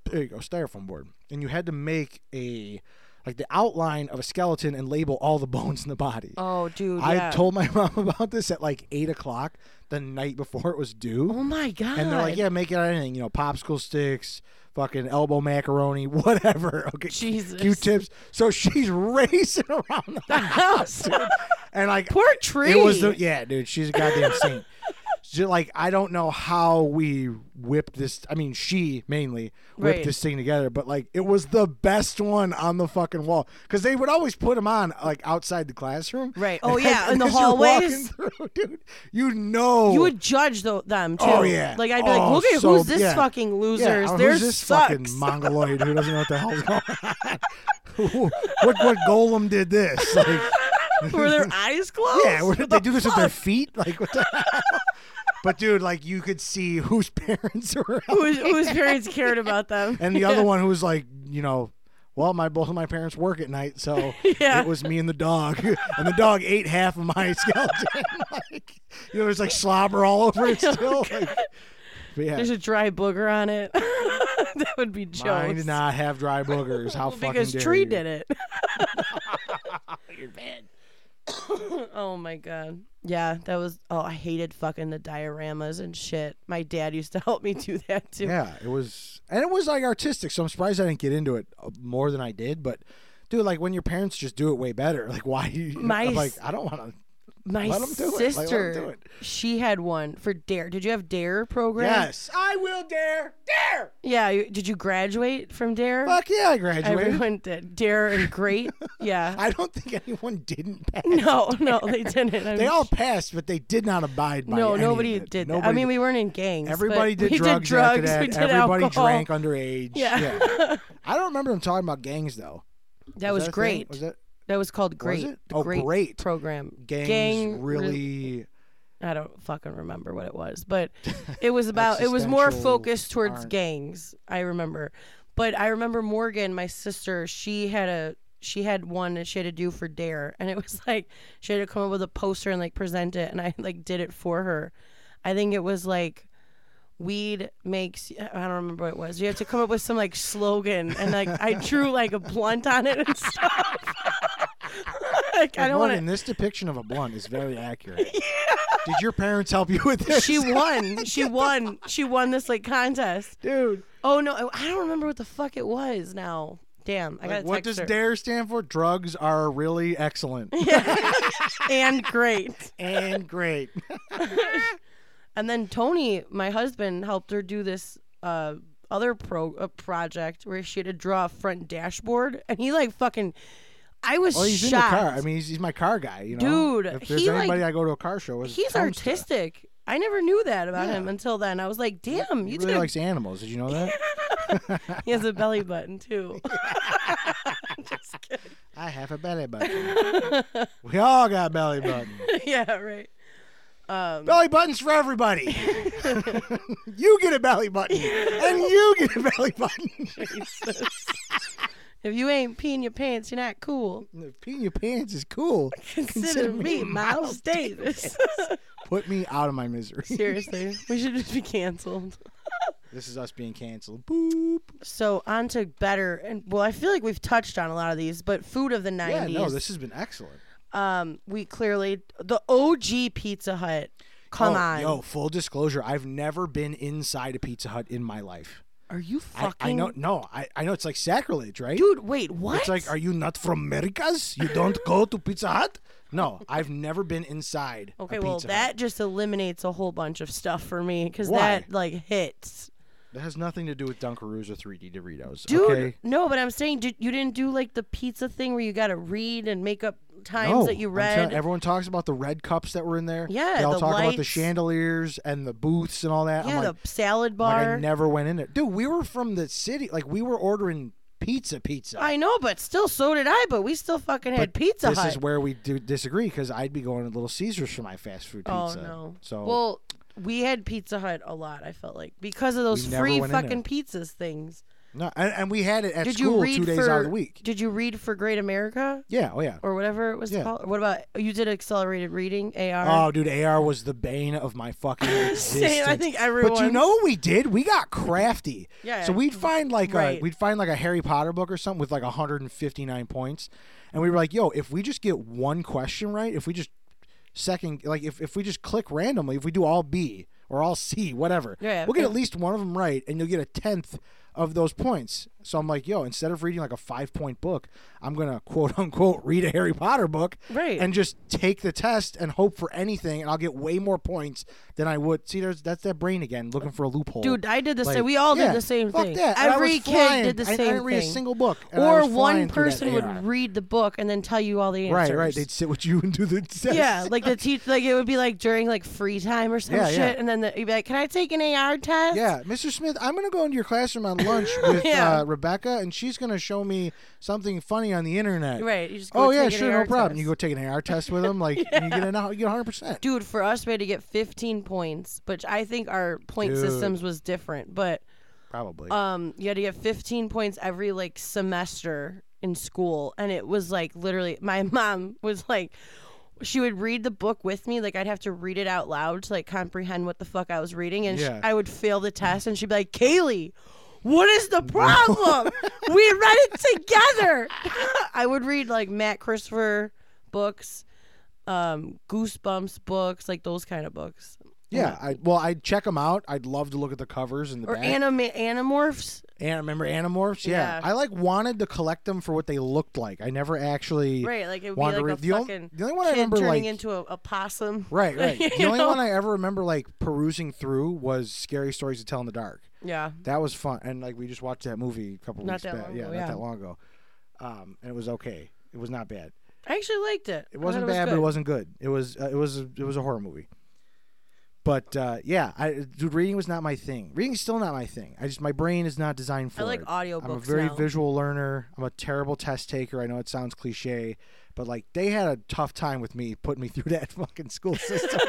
B: there you go, styrofoam board, and you had to make a like the outline of a skeleton and label all the bones in the body.
A: Oh, dude.
B: I
A: yeah.
B: told my mom about this at like eight o'clock the night before it was due.
A: Oh my god.
B: And they're like, yeah, make it out of anything, you know, popsicle sticks, fucking elbow macaroni, whatever. Okay.
A: Jesus.
B: Q-tips. So she's racing around the house, dude. and like
A: Poor tree.
B: it was the yeah, dude. She's a goddamn saint. She, like I don't know how we whipped this. I mean, she mainly whipped
A: Right.
B: this thing together, but like it was the best one on the fucking wall because they would always put them on like outside the classroom.
A: Right. Oh,
B: And
A: yeah, in the
B: as you're walking
A: hallways.
B: through, dude, you know
A: you would judge tho- them too.
B: Oh, yeah.
A: Like I'd be like,
B: Oh,
A: look at
B: so-
A: who's this
B: yeah.
A: fucking losers.
B: Yeah,
A: They're
B: who's this
A: sucks.
B: fucking mongoloid who doesn't know what the hell's going on? what what golem did this? Like,
A: Were their eyes closed?
B: yeah, where did they do this with their feet? Like, what the hell? But dude, like you could see whose parents were, out.
A: Whose, whose parents cared about them?
B: and the other one who was like, you know, well, my both of my parents work at night, so
A: Yeah.
B: it was me and the dog, and the dog ate half of my skeleton. like, you know, there's like slobber all over it still. like, but yeah,
A: Oh There's a dry booger on it. that would be jokes.
B: Mine did not have dry boogers. How
A: Well,
B: fucking
A: because
B: dare
A: Tree
B: you.
A: did it. You're bad. oh my god. Yeah, that was. Oh, I hated fucking the dioramas and shit. My dad used to help me do that too.
B: Yeah, it was, and it was like artistic. So I'm surprised I didn't get into it uh, more than I did. But, dude, like when your parents just do it way better, like why? You,
A: My
B: I'm like
A: s-
B: I don't want to.
A: My
B: Let 'em do it. Like, let 'em
A: sister,
B: do it.
A: she had one for Dare. Did you have Dare program?
B: Yes, I will dare, dare.
A: Yeah. you- Did you graduate from Dare?
B: Fuck yeah, I graduated.
A: Everyone did. Dare and great. Yeah.
B: I don't think anyone didn't pass.
A: no, no, they didn't. I'm
B: They all passed, but they did not abide by.
A: No,
B: any
A: nobody
B: of it.
A: did. That. I
B: Nobody
A: mean,
B: did.
A: we weren't in gangs. but
B: everybody did
A: we
B: drugs.
A: Did drugs.
B: After that.
A: We did
B: everybody
A: alcohol.
B: drank underage.
A: Yeah.
B: I don't remember them talking about gangs though.
A: That was,
B: that a thing?
A: great.
B: Was that
A: That was called Great.
B: it?
A: The
B: Oh,
A: great,
B: Great.
A: program.
B: gangs
A: Gang re-
B: really
A: I don't fucking remember what it was, but it was about. it was more
B: Existential
A: focused towards
B: aren't-
A: gangs. I remember, but I remember Morgan, my sister. She had a she had one that she had to do for Dare, and it was like she had to come up with a poster and like present it, and I like did it for her. I think it was like weed makes I don't remember what it was. You have to come up with some like slogan and like I drew like a blunt on it and stuff. like I
B: Like,
A: don't
B: one
A: want to
B: in this depiction of a blunt is very accurate. Did your parents help you with this?
A: she won. She won. She won this like contest.
B: dude.
A: Oh no, I- I don't remember what the fuck it was now. Damn, I got
B: Like, what does DARE stand for? Drugs are really excellent
A: and great.
B: and great.
A: And then Tony, my husband, helped her do this uh, other pro uh, project where she had to draw a front dashboard, and he like fucking. I was
B: Well, he's
A: shocked.
B: in the car. I mean, he's, he's my car guy. You know,
A: Dude,
B: If there's
A: he, like-
B: anybody I go to a car show with, it's
A: He's
B: Tom stuff.
A: artistic. I never knew that about
B: Yeah.
A: him until then. I was like, damn,
B: He
A: you
B: really
A: did a
B: likes animals. Did you know that?
A: He has a belly button too. Just kidding.
B: I have a belly button. we all got belly buttons.
A: yeah, right. Um,
B: Belly buttons for everybody. you get a belly button, and you get a belly button.
A: If you ain't peeing your pants, you're not cool.
B: Peeing your pants is cool.
A: Consider me Miles Davis.
B: Put me out of my misery.
A: Seriously, we should just be canceled.
B: This is us being canceled. Boop.
A: So on to better and well, I feel like we've touched on a lot of these, but food of the
B: Yeah,
A: nineties.
B: no, this has been excellent.
A: um, we clearly the OG Pizza Hut. Come
B: Oh,
A: on,
B: Yo, full disclosure, I've never been inside a Pizza Hut in my life.
A: are you
B: I,
A: fucking?
B: I know no, I, I know it's like sacrilege, right?
A: dude. Wait, what?
B: It's like, are you not from Americas? You don't go to Pizza Hut? No, I've never been inside. a
A: okay, well
B: Pizza Hut.
A: that just eliminates a whole bunch of stuff for me because
B: Why?
A: that like hits.
B: That has nothing to do with Dunkaroos or 3D Doritos.
A: Dude,
B: okay?
A: no, but I'm saying did, you didn't do like the pizza thing where you got to read and make up times
B: No,
A: that you
B: I'm telling-
A: read.
B: everyone talks about the red cups that were in there.
A: Yeah,
B: they all
A: the
B: talk about the
A: lights.
B: chandeliers and the booths and all that.
A: yeah,
B: I'm like,
A: the salad
B: I'm like,
A: bar.
B: I never went in there, dude. We were from the city, like we were ordering pizza, pizza.
A: I know, but still, so did I. But we still fucking had
B: But
A: Pizza
B: this
A: Hut.
B: is where we do disagree because I'd be going to Little Caesars for my fast food pizza.
A: oh no.
B: So
A: well, we had Pizza Hut a lot. I felt like because of those
B: We never
A: free
B: went in there.
A: fucking pizzas things.
B: no, and, and we had it at
A: Did
B: school
A: you read
B: two days
A: for
B: out of the week.
A: Did you read for Great America
B: Yeah, oh yeah.
A: or whatever it was
B: Yeah.
A: called? What about you did accelerated reading AR?
B: Oh, dude, AR was the bane of my fucking existence.
A: Same, I think everyone.
B: But you know what we did? We got crafty.
A: Yeah.
B: So we'd find like a
A: Right.
B: we'd find like a Harry Potter book or something with like 159 points, and we were like, "Yo, if we just get one question right, if we just second, like if, if we just click randomly, if we do all B or all C, whatever,
A: Yeah, yeah.
B: we'll get at least one of them right, and you'll get a tenth of those points." So I'm like, "Yo, instead of reading like a five point book, I'm gonna quote unquote read a Harry Potter book,
A: Right.
B: and just take the test and hope for anything, and I'll get way more points than I would. See, there's that's that brain again looking for a loophole.
A: Dude, I did the
B: Like,
A: same. We all
B: yeah,
A: did the same
B: fuck
A: thing.
B: that. And I
A: Every
B: was
A: kid
B: flying.
A: did the
B: I- I
A: same
B: didn't read a
A: thing.
B: single book, and I
A: or
B: was flying
A: one
B: through that
A: person
B: AR.
A: would read the book and then tell you all the answers.
B: Right, right. They'd sit with you and do the test.
A: yeah, like the teach, like it would be like during like free time or some
B: Yeah,
A: shit,
B: yeah.
A: and then the, you'd be like, "Can I take an AR test?"
B: Yeah, Mr. Smith, I'm going to go into your classroom on lunch with
A: Yeah.
B: uh, Rebecca, and she's going to show me something funny on the internet.
A: Right. You just go
B: Oh, yeah,
A: take an
B: sure,
A: AR
B: no problem.
A: test.
B: You go take an AR test with them, like, and you get an, you get 100%.
A: dude. For us, we had to get 15 points, which I think our point
B: Dude.
A: systems was different, but
B: Probably.
A: um, you had to get 15 points every like semester in school, and it was like literally, my mom was like. She would read the book with me, like I'd have to read it out loud to like comprehend what the fuck I was reading, and sh
B: Yeah.
A: I would fail the test, and she'd be like, "Kaylee, what is the problem? we read it together." I would read like Matt Christopher books, um, Goosebumps books, like those kind of books,
B: yeah, I, well, I'd check them out. I'd love to look at the covers and the
A: or
B: back.
A: anime animorphs.
B: An- remember Animorphs? Yeah.
A: Yeah.
B: I like wanted to collect them for what they looked like. I never actually
A: Right, like it would
B: wanted
A: be
B: to
A: like a
B: read. The, on-
A: fucking
B: the only one I
A: kid
B: remember
A: turning
B: like
A: into a, a possum.
B: right, right.
A: You
B: The only
A: know?
B: one I ever remember like perusing through was Scary Stories to Tell in the Dark.
A: Yeah,
B: That was fun, and like we just watched that movie a couple
A: Not
B: weeks
A: that
B: back.
A: long
B: yeah,
A: ago,
B: not
A: yeah.
B: that long ago. Um, and it was okay. It was not bad.
A: I actually liked it.
B: It wasn't bad, but it wasn't good. It was uh, it was a, it was a horror movie. But uh, yeah, I dude, reading was not my thing. Reading's still not my thing. I just my brain is not designed for
A: I like
B: it.
A: audiobooks
B: I'm a very
A: now.
B: visual learner. I'm a terrible test taker. I know it sounds cliche, but like they had a tough time with me putting me through that fucking school system.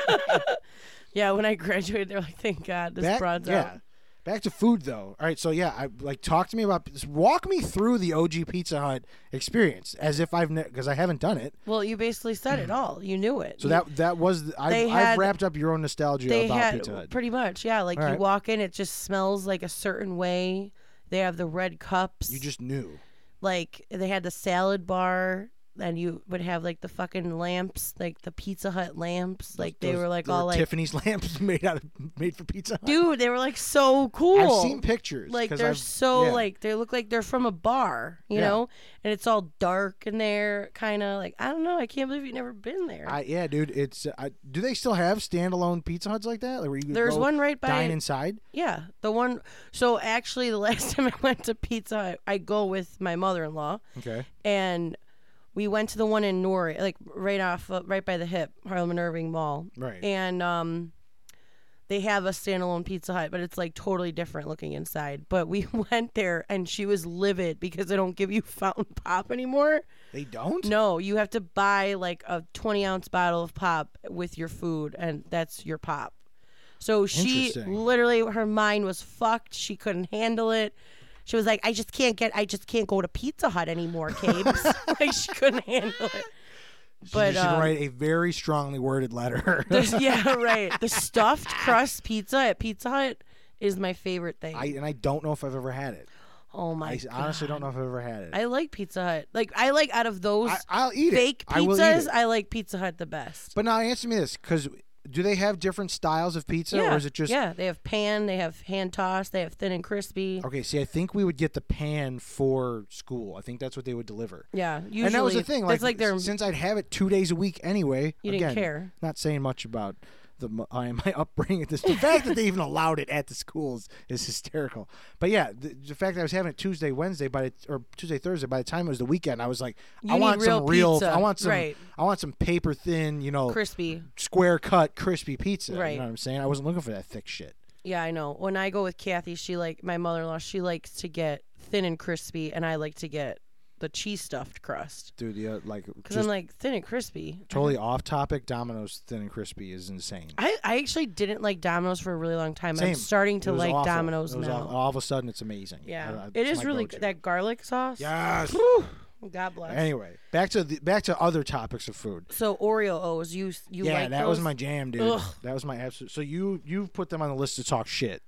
A: yeah, when I graduated, they're like, "Thank God, this broad's
B: yeah.
A: out."
B: Back to food though. All right, so yeah, I like talk to me about walk me through the OG Pizza Hut experience as if I've because I haven't done it.
A: Well, you basically said it all. You knew it.
B: So
A: You-
B: that that was the- I
A: They
B: I've
A: had-
B: wrapped up your own nostalgia
A: they
B: about
A: had
B: Pizza Hut.
A: pretty much, yeah. Like
B: All
A: you
B: right.
A: walk in, it just smells like a certain way. They have the red cups.
B: You just knew.
A: like they had the salad bar. And you would have like the fucking lamps, like the Pizza Hut lamps. Like they
B: Those-
A: were like
B: there
A: all like,
B: Tiffany's lamps made out of made for Pizza Hut.
A: dude, they were like so cool.
B: I've seen pictures.
A: like
B: 'cause
A: they're
B: I've-
A: so
B: yeah.
A: like they look like they're from a bar you
B: Yeah.
A: know and it's all dark in there kind of like i don't know i can't believe you've never been there
B: I, yeah, dude. It's I, do they still have standalone Pizza Huts like that? Like where you could
A: there's
B: go
A: one right by
B: dine inside.
A: yeah the one so actually the last time i went to pizza Hut, i go with my mother-in-law
B: Okay.
A: and we went to the one in Nori, like right off, uh, right by the hip, Harlem and Irving Mall.
B: Right.
A: And um, they have a standalone Pizza Hut, but it's like totally different looking inside. But we went there, and she was livid because they don't give you fountain pop anymore.
B: They don't.
A: No, you have to buy like a 20 ounce bottle of pop with your food, and that's your pop. So she
B: Interesting.
A: literally, her mind was fucked. She couldn't handle it. She was like, I just can't get, I just can't go to Pizza Hut anymore, Capes. like she couldn't handle it. But
B: you should
A: um,
B: write a very strongly worded letter.
A: the- yeah, right. The stuffed crust pizza at Pizza Hut is my favorite thing.
B: I and I don't know if I've ever had it.
A: oh my!
B: I s- honestly don't know if I've ever had it.
A: I like Pizza Hut. Like I like out of those
B: I, will eat
A: fake
B: it. I will eat
A: pizzas,
B: it.
A: I, like Pizza Hut the best.
B: But now answer me this, because do they have different styles of pizza,
A: yeah,
B: or is it just
A: yeah? They have pan, they have hand tossed, they have thin and crispy.
B: okay? See, I think we would get the pan for school. I think that's what they would deliver.
A: Yeah, usually
B: and that was the thing. Like,
A: that's like their
B: since I'd have it two days a week anyway.
A: You didn't
B: again,
A: care.
B: Not saying much about the m- I my upbringing. At this, the fact that they even allowed it at the schools is hysterical. But yeah, the, the fact that I was having it Tuesday, Wednesday, by the, or Tuesday, Thursday. By the time it was the weekend, I was like,
A: You
B: I
A: need
B: want some
A: real
B: real.
A: pizza.
B: I want some.
A: Right.
B: I want some paper thin. You know,
A: crispy.
B: square cut crispy pizza. You
A: Right.
B: know what I'm saying? I wasn't looking for that thick shit.
A: Yeah, I know. When I go with Kathy, she like my mother-in-law. She likes to get thin and crispy, and I like to get the cheese stuffed crust
B: Dude, the uh, like
A: because
B: just
A: I'm like uh-huh. thin and crispy.
B: totally off topic. Domino's thin and crispy is insane.
A: I, I actually didn't like Domino's for a really long time.
B: Same.
A: I'm starting to
B: It was
A: like
B: awful.
A: Domino's
B: It was
A: now.
B: awful. All of a sudden, it's amazing.
A: Yeah,
B: I- I-
A: it
B: it's
A: is
B: my
A: really
B: go-to.
A: good. That garlic sauce.
B: Yes.
A: God bless.
B: anyway, back to the, back to other topics of food.
A: so Oreo O's, you you
B: yeah,
A: like
B: that
A: those?
B: was my jam, dude.
A: Ugh.
B: That was my absolute. So you you put them on the list to talk shit.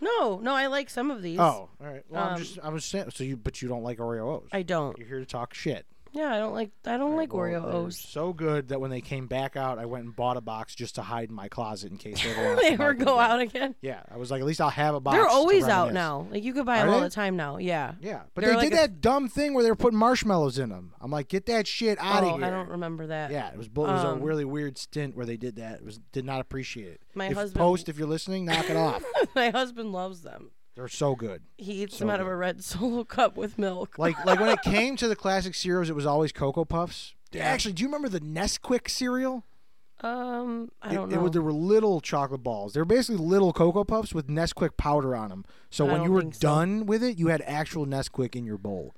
A: No, no, I like some of these.
B: Oh, all right. Well, I'm
A: Um,
B: just I was saying. So you but you don't like Oreo O's.
A: I don't.
B: You're here to talk shit.
A: Yeah, I don't like I don't like
B: Well,
A: Oreo
B: they're
A: O's.
B: So good that when they came back out, I went and bought a box just to hide in my closet in case they ever,
A: They ever go out again?
B: Yeah, I was like, at least I'll have a box.
A: They're
B: to
A: always out
B: reminisce.
A: now. Like you could buy
B: Are
A: them all
B: they?
A: the time now. Yeah.
B: Yeah, but
A: They're
B: they
A: like
B: did
A: a-
B: that dumb thing where they were putting marshmallows in them. I'm like, get that shit out
A: oh,
B: of here.
A: I don't remember that.
B: Yeah, it was bull- it was
A: Um,
B: a really weird stint where they did that. It was did not appreciate it.
A: My
B: if,
A: husband-
B: Post if you're listening, knock it off.
A: my husband loves them.
B: They're so good.
A: He eats
B: So
A: them out of
B: good.
A: a red solo cup with milk.
B: Like like when it came to the classic cereals, it was always Cocoa Puffs. Actually, do you remember the Nesquik cereal?
A: um, I don't
B: it, it
A: know.
B: was, there were little chocolate balls. They were basically little Cocoa Puffs with Nesquik powder on them. So
A: I
B: when you
A: don't
B: were
A: think so.
B: done with it, you had actual Nesquik in your bowl.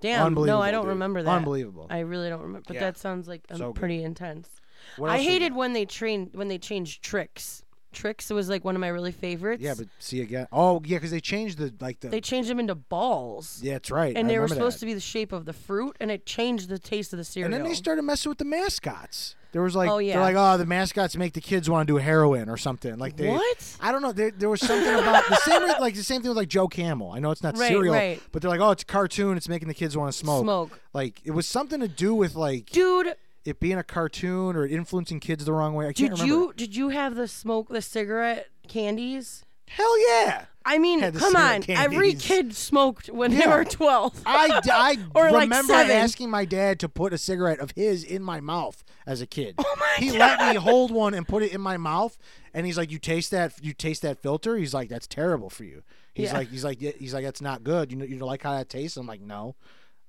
A: Damn.
B: Unbelievable.
A: No, I don't
B: dude.
A: remember that.
B: Unbelievable.
A: I really don't remember. But
B: Yeah.
A: that sounds like um,
B: So good.
A: pretty intense.
B: What
A: I
B: else we
A: hated
B: got?
A: when they trained when they changed tricks. Tricks was like one of my really favorites.
B: Yeah, but see again. Oh, yeah, because they changed the like the.
A: they changed them into balls.
B: yeah, that's right.
A: And
B: I
A: they were
B: remember
A: supposed
B: that.
A: to be the shape of the fruit, and it changed the taste of the cereal.
B: And then they started messing with the mascots. There was like,
A: Oh, yeah.
B: they're like, oh, the mascots make the kids want to do heroin or something. Like they,
A: What?
B: I don't know. There, there was something about the same, with- like the same thing with like Joe Camel. I know it's not
A: Right,
B: cereal,
A: right.
B: but they're like, oh, it's a cartoon. It's making the kids want to smoke.
A: Smoke.
B: Like it was something to do with like
A: Dude,
B: it being a cartoon or influencing kids the wrong way. I can't
A: did
B: remember.
A: you did you have the smoke the cigarette candies?
B: Hell yeah!
A: I mean,
B: Had the
A: come on.
B: cigarette
A: Every
B: candies.
A: kid smoked when they
B: Yeah.
A: were 12.
B: I, d- I
A: Or, like,
B: remember
A: seven.
B: asking my dad to put a cigarette of his in my mouth as a kid. Oh my he let me hold one and put it in my mouth, and he's like, "You taste that? You taste that filter?" He's like, "That's terrible for you." He's
A: Yeah.
B: like, "He's like, "Yeah," he's like, that's not good. You know, you don't like how that tastes." I'm like, "No,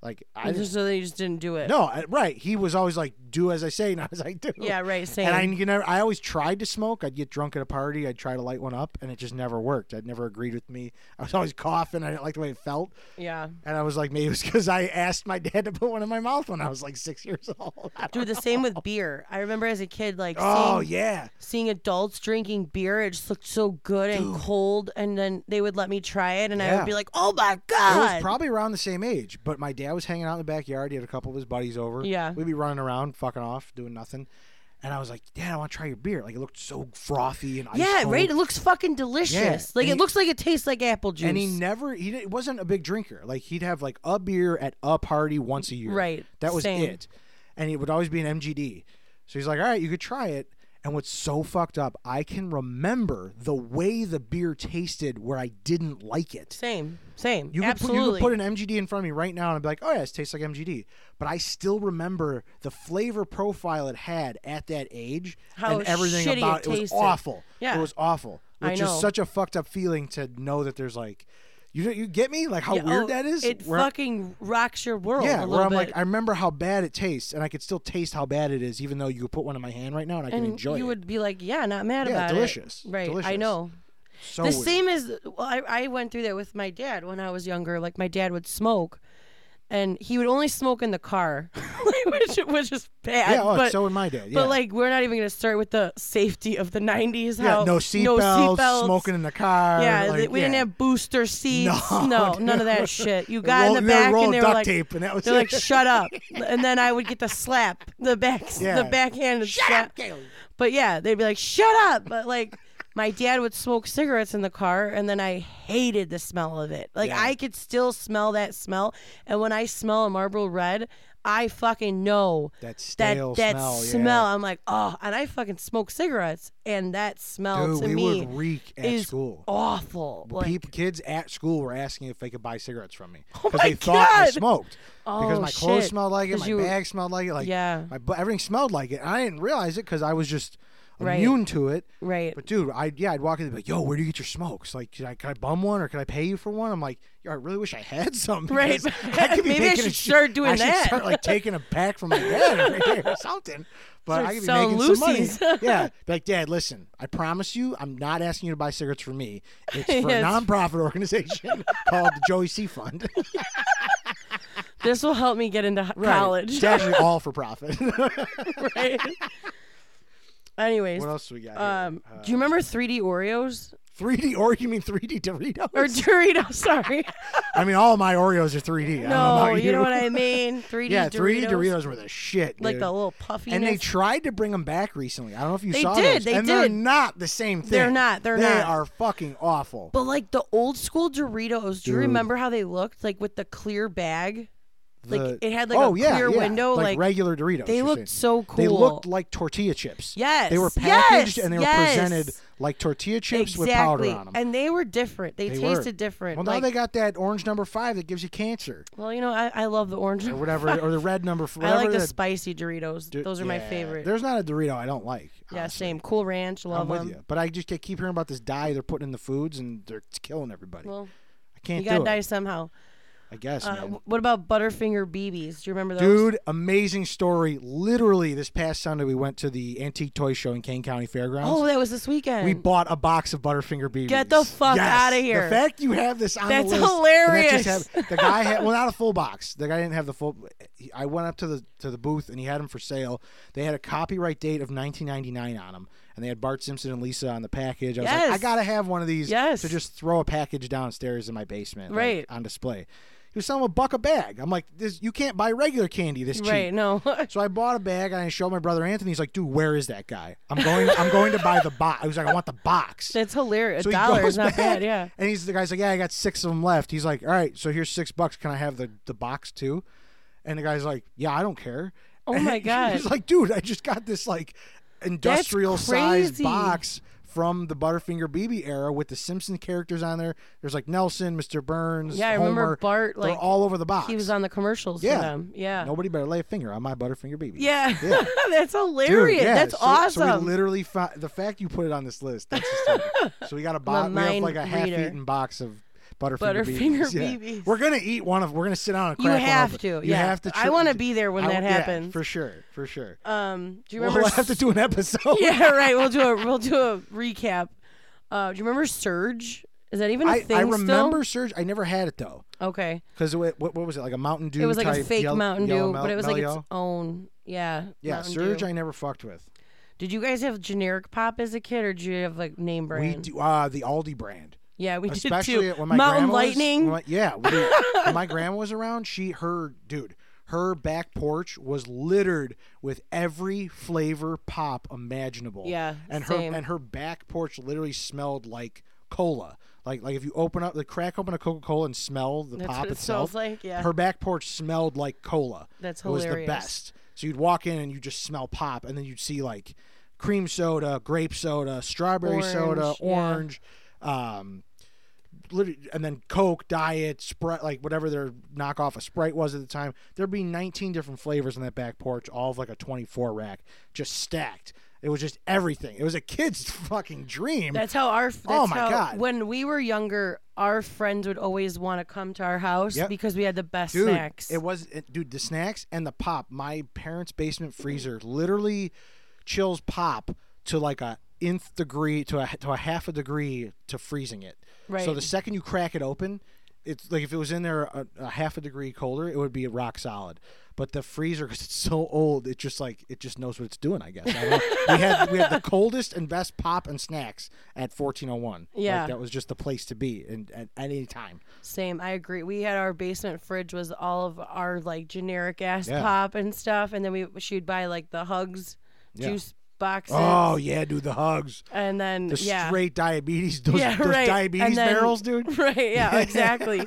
B: like I
A: And
B: just."
A: just so they just didn't do it.
B: No, I- right. He was always like, "Do as I say," and I was like, "Do."
A: Yeah, right. Same.
B: And I, you know, I always tried to smoke. I'd get drunk at a party. I'd try to light one up, and it just never worked. I'd never agreed with me. I was always coughing. I didn't like the way it felt.
A: yeah.
B: And I was like, maybe it was because I asked my dad to put one in my mouth when I was like six years old. I don't-
A: Dude, the same with beer. I remember as a kid, like
B: oh
A: seeing,
B: yeah,
A: seeing adults drinking beer. It just looked so good and cold. And then they would let me try it, and I
B: Yeah.
A: would be like, oh my
B: it
A: God.
B: was probably around the same age. But my dad was hanging out in the backyard. He had a couple of his buddies over.
A: Yeah.
B: we'd be running around, fucking off, doing nothing. And I was like, Dad, I want to try your beer. Like it looked so frothy and ice
A: yeah,
B: cold.
A: right? It looks fucking delicious. Like,
B: and
A: it
B: he-
A: looks like it tastes like apple juice.
B: And he never he didn't, wasn't a big drinker. Like he'd have like a beer at a party once a year.
A: Right,
B: That was
A: same.
B: it. And it would always be an MGD. So he's like, "All right, you could try it." And what's so fucked up, I can remember the way the beer tasted where I didn't like it.
A: same. Same.
B: You could, put, you
A: Absolutely.
B: could put an MGD in front of me right now and I'd be like, "Oh yeah, it tastes like MGD." But I still remember the flavor profile it had at that age
A: How
B: and everything
A: shitty
B: about
A: it
B: it, was
A: tasted.
B: awful.
A: Yeah.
B: It was awful.
A: I
B: Which
A: know.
B: is such a fucked up feeling to know that there's like you you get me? Like how
A: Yeah,
B: weird
A: oh,
B: that is?
A: It
B: Where-
A: fucking rocks your world.
B: yeah,
A: a
B: where
A: little
B: I'm
A: bit.
B: like, I remember how bad it tastes, and I could still taste how bad it is, even though you could put one in my hand right now and I
A: and
B: can enjoy
A: you
B: it.
A: would be like, yeah, not mad
B: Yeah,
A: about
B: delicious,
A: it. Right. I
B: delicious.
A: know.
B: so
A: the
B: weird.
A: same as well, I, I went through that with my dad when I was younger. Like my dad would smoke, and he would only smoke in the car, which which is bad.
B: yeah, oh,
A: but,
B: so in my day. Yeah.
A: but like we're not even gonna start with the safety of the '90s.
B: yeah,
A: how
B: no seatbelts,
A: seatbelts.
B: smoking in the car.
A: Yeah,
B: like,
A: th- we didn't
B: yeah.
A: have booster seats.
B: No,
A: No, none of that shit. You
B: They
A: got
B: rolled-
A: in the
B: they
A: back
B: rolled
A: and they were
B: duct
A: like,
B: tape, and that was
A: they're
B: it.
A: like, shut up. And then I would get the slap, the back,
B: Yeah.
A: the backhanded slap.
B: Gail.
A: But yeah, they'd be like, shut up. But like, my dad would smoke cigarettes in the car, and then I hated the smell of it. Like,
B: Yeah.
A: I could still smell that smell. And when I smell a Marlboro Red, I fucking know
B: That stale
A: that that
B: smell.
A: smell.
B: yeah.
A: I'm like, oh, and I fucking smoke cigarettes, and that smell
B: Dude,
A: to
B: we
A: me
B: would reek at
A: is
B: school.
A: awful. Like,
B: Peop- kids at school were asking if they could buy cigarettes from me
A: Oh
B: they
A: my
B: thought I
A: God.
B: smoked because
A: Oh,
B: my clothes
A: shit.
B: smelled like it,
A: 'Cause
B: my
A: you-
B: bag smelled like it, like
A: Yeah.
B: my bu- everything smelled like it. And I didn't realize it because I was just
A: Right.
B: immune to it.
A: right.
B: But dude, I yeah, I'd walk in and be like, "Yo, where do you get your smokes? Like, can I, can I bum one or can I pay you for one?" I'm like, "Yo, I really wish I had some.
A: Right.
B: because I could be
A: Maybe I
B: making a
A: should
B: sh-
A: start doing
B: I should
A: that."
B: Start like taking a pack from my dad every day or something. But
A: Start
B: I could be
A: selling
B: making
A: Lucy's.
B: some money. Yeah, be like, Dad, listen, I promise you, I'm not asking you to buy cigarettes for me. It's for a
A: Yes.
B: nonprofit organization called the Joey C Fund.
A: this will help me get into h-
B: Right.
A: college.
B: It's actually all for profit. what
A: right? Anyways,
B: else do we got? Here?
A: um, do you remember 3D Oreos
B: 3D or you mean 3D Doritos?
A: or Doritos? Sorry,
B: I mean, all my Oreos are 3D. I don't know
A: no,
B: about
A: you know what I mean. 3D
B: Yeah,
A: Doritos,
B: 3D Doritos were the shit, dude.
A: like the little puffiness.
B: and they tried to bring them back recently. I don't know if you
A: They
B: saw
A: did,
B: those.
A: they
B: and they're
A: did.
B: not the same thing.
A: They're not, they're
B: They
A: not.
B: are fucking awful.
A: but like the old school Doritos, do you
B: Dude.
A: remember how they looked? Like with the clear bag, like
B: The-
A: it had like
B: oh,
A: a
B: yeah,
A: clear
B: yeah,
A: window.
B: like,
A: Like,
B: regular Doritos.
A: they
B: you're
A: looked
B: saying.
A: so cool.
B: They looked like tortilla chips.
A: Yes,
B: They were packaged
A: yes,
B: and they were
A: yes.
B: presented like tortilla chips
A: exactly,
B: with powder on them.
A: and they were different. They,
B: They were.
A: tasted different.
B: well, now
A: like,
B: they got that orange number five that gives you cancer
A: well, you know, I, I love the orange.
B: or whatever, or the red number. f-
A: I
B: Whatever
A: like the
B: that-
A: spicy Doritos.
B: d-
A: Those are my
B: yeah.
A: favorite.
B: There's not a Dorito I don't like.
A: Yeah,
B: honestly.
A: same. Cool Ranch, love
B: I'm with
A: them.
B: you, but I just keep hearing about this dye they're putting in the foods and they're it's killing everybody.
A: Well,
B: I
A: you
B: can't do
A: gotta
B: it.
A: die somehow.
B: I guess,
A: Uh,
B: man.
A: wh- what about Butterfinger BBs? Do you remember those?
B: Dude, amazing story. Literally, this past Sunday, we went to the antique toy show in Kane County Fairgrounds.
A: oh, that was this weekend.
B: we bought a box of Butterfinger BBs.
A: Get the fuck
B: Yes.
A: outta here.
B: The fact you have this on
A: That's
B: the list, and that just
A: hilarious.
B: happened- the guy had well, not a full box. The guy didn't have the full. he- I went up to the to the booth and he had them for sale. They had a copyright date of 1999 on them, and they had Bart Simpson and Lisa on the package. I was
A: Yes.
B: like, I gotta have one of these.
A: Yes.
B: To just throw a package downstairs in my basement, like,
A: Right.
B: on display. He was selling a buck a bag. I'm like, this you can't buy regular candy this cheap.
A: right? No.
B: So I bought a bag and I showed my brother Anthony. He's like, "Dude, where is that guy? I'm going. I'm going to buy the box." I was like, "I want the box."
A: That's hilarious.
B: So
A: A
B: he
A: dollar
B: goes
A: is not
B: back,
A: bad. Yeah.
B: And he's the guy's like, "Yeah, I got six of them left." He's like, "All right, so here's six bucks. Can I have the the box too?" And the guy's like, "Yeah, I don't care."
A: Oh
B: And
A: my
B: He's
A: God.
B: like, "Dude, I just got this like industrial sized
A: crazy.
B: box." From the Butterfinger BB era, with the Simpson characters on there, there's like Nelson, Mr. Burns,
A: Yeah, I remember
B: Homer.
A: Bart,
B: They're
A: like,
B: all over the box.
A: He was on the commercials
B: Yeah.
A: for them. Yeah.
B: Nobody better lay a finger on my Butterfinger BB.
A: Yeah.
B: Yeah.
A: That's hilarious.
B: yeah,
A: That's
B: so-
A: awesome.
B: So we literally fi- the fact you put it on this list. That's just so we got a box.
A: I'm a
B: We have like
A: mind
B: a half-eaten
A: reader.
B: box of Butterfinger,
A: Butterfinger
B: BBs. Yeah.
A: BBs.
B: We're gonna eat one of. We're gonna sit down and
A: you
B: crack one
A: have
B: open.
A: to.
B: You
A: yeah.
B: have to.
A: I
B: tr-
A: want to be there when
B: I-
A: that
B: yeah,
A: happens.
B: for sure. For sure.
A: um, do you remember?
B: We'll have to do an episode.
A: yeah. Right. We'll do a we'll do a recap. Uh, do you remember Surge? Is that even a
B: I,
A: thing
B: I
A: still?
B: remember Surge. I never had it though,
A: Okay.
B: because what, what was it like a Mountain Dew?
A: It was like a
B: type
A: fake
B: yell-
A: Mountain
B: yellow
A: Dew,
B: mel-
A: but it was like its
B: mellow?
A: own. Yeah.
B: yeah.
A: Mountain
B: Surge,
A: Dew.
B: I never fucked with.
A: Did you guys have generic pop as a kid, or did you have like name brand?
B: We do uh, the Aldi brand.
A: Yeah, we
B: especially
A: did too.
B: when my
A: Mountain
B: grandma
A: Lightning.
B: Was, when my- yeah, we- when my grandma was around, she her dude, her back porch was littered with every flavor pop imaginable.
A: Yeah,
B: and
A: same.
B: her and her back porch literally smelled like cola. Like like if you open up the crack open a Coca Cola and smell the
A: That's
B: pop
A: what it
B: itself,
A: smells like. Yeah.
B: her back porch smelled like cola.
A: That's
B: It was the
A: hilarious.
B: best. So you'd walk in and you just smell pop, and then you'd see like cream soda, grape soda, strawberry soda,
A: Orange, yeah.
B: orange, um, literally, and then Coke, Diet, Sprite, like whatever their knockoff of Sprite was at the time. There'd be 19 different flavors on that back porch, all of like a 24 rack, just stacked. It was just everything. It was a kid's fucking dream.
A: That's how our. That's
B: Oh my
A: how,
B: God.
A: When we were younger, our friends would always want to come to our house
B: Yep.
A: because we had the best
B: dude,
A: snacks.
B: It was it, dude, the snacks and the pop. My parents' basement freezer literally chills pop to like a nth degree to a to a half a degree to freezing it. So
A: Right.
B: the second you crack it open, it's like if it was in there a, a half a degree colder, it would be rock solid. But the freezer, because it's so old, it just like it just knows what it's doing. I guess I don't know. we had we had the coldest and best pop and snacks at fourteen oh one.
A: Yeah.
B: like, that was just the place to be, and at any time.
A: Same, I agree. We had our basement fridge was all of our like generic ass
B: Yeah.
A: pop and stuff, and then we she'd buy like the hugs
B: Yeah.
A: juice boxes,
B: Oh yeah, dude, the hugs,
A: and then
B: the
A: yeah,
B: straight diabetes, those,
A: yeah,
B: those
A: right.
B: diabetes
A: and then,
B: barrels, dude.
A: Right, yeah, exactly.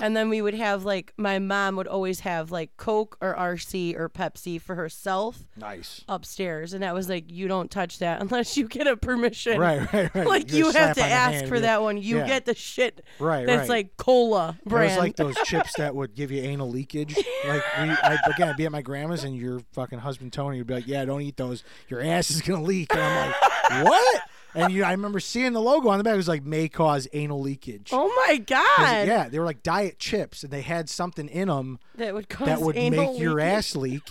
A: and then we would have like my mom would always have like Coke or RC or Pepsi for herself
B: Nice.
A: upstairs, and that was like you don't touch that unless you get a permission.
B: Right, right, right.
A: Like
B: Get a
A: you have
B: slap
A: to
B: on the
A: ask
B: hand,
A: for
B: yeah.
A: that one. You
B: Yeah.
A: get the shit
B: Right,
A: that's
B: right.
A: like cola
B: It
A: brand.
B: was like those chips that would give you anal leakage. Like we, I, again, I'd be at my grandma's, and your fucking husband Tony would be like, "Yeah, don't eat those. Your ass is gonna leak." And I'm like, "What?" And you, I remember seeing the logo on the back. It was like, "May cause anal leakage."
A: oh my
B: 'Cause,
A: god.
B: Yeah, they were like diet chips, and they had something in them
A: That would cause
B: that would make
A: anal
B: your
A: leakage.
B: ass leak.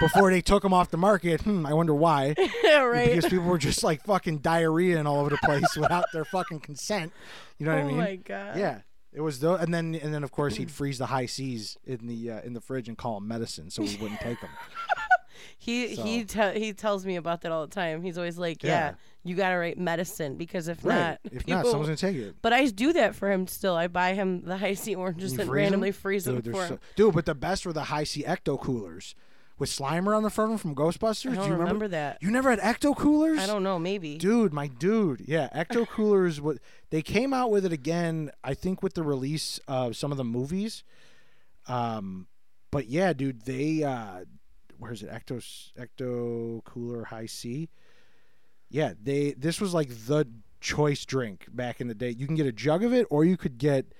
B: Before they took them off the market, hmm, I wonder why.
A: Yeah, right.
B: Because people were just like fucking diarrheaing all over the place without their fucking consent. You know what
A: oh
B: I mean?
A: my god.
B: Yeah, it was though, and then and then of course he'd freeze the high seas in the uh, in the fridge and call them medicine, so we wouldn't take them.
A: He
B: So-
A: he te- he tells me about that all the time. He's always like, "Yeah,
B: Yeah.
A: you gotta write medicine because if
B: right?
A: not,
B: if
A: people
B: not, someone's gonna take it.
A: But I do that for him still. I buy him the high sea oranges
B: You
A: and
B: freeze 'em?
A: randomly freeze them
B: Dude, they're
A: for
B: so-
A: him.
B: dude, but the best were the high sea ecto coolers with Slimer on the front of them from Ghostbusters.
A: I don't
B: Do you
A: remember,
B: remember?
A: that.
B: You never had ecto coolers?
A: I don't know. Maybe.
B: Dude, my dude, yeah, ecto coolers. What they came out with it again? I think with the release of some of the movies. Um, but yeah, dude, they uh, where is it? Ecto ecto cooler high C. Yeah, they this was like the choice drink back in the day. You can get a jug of it, or you could get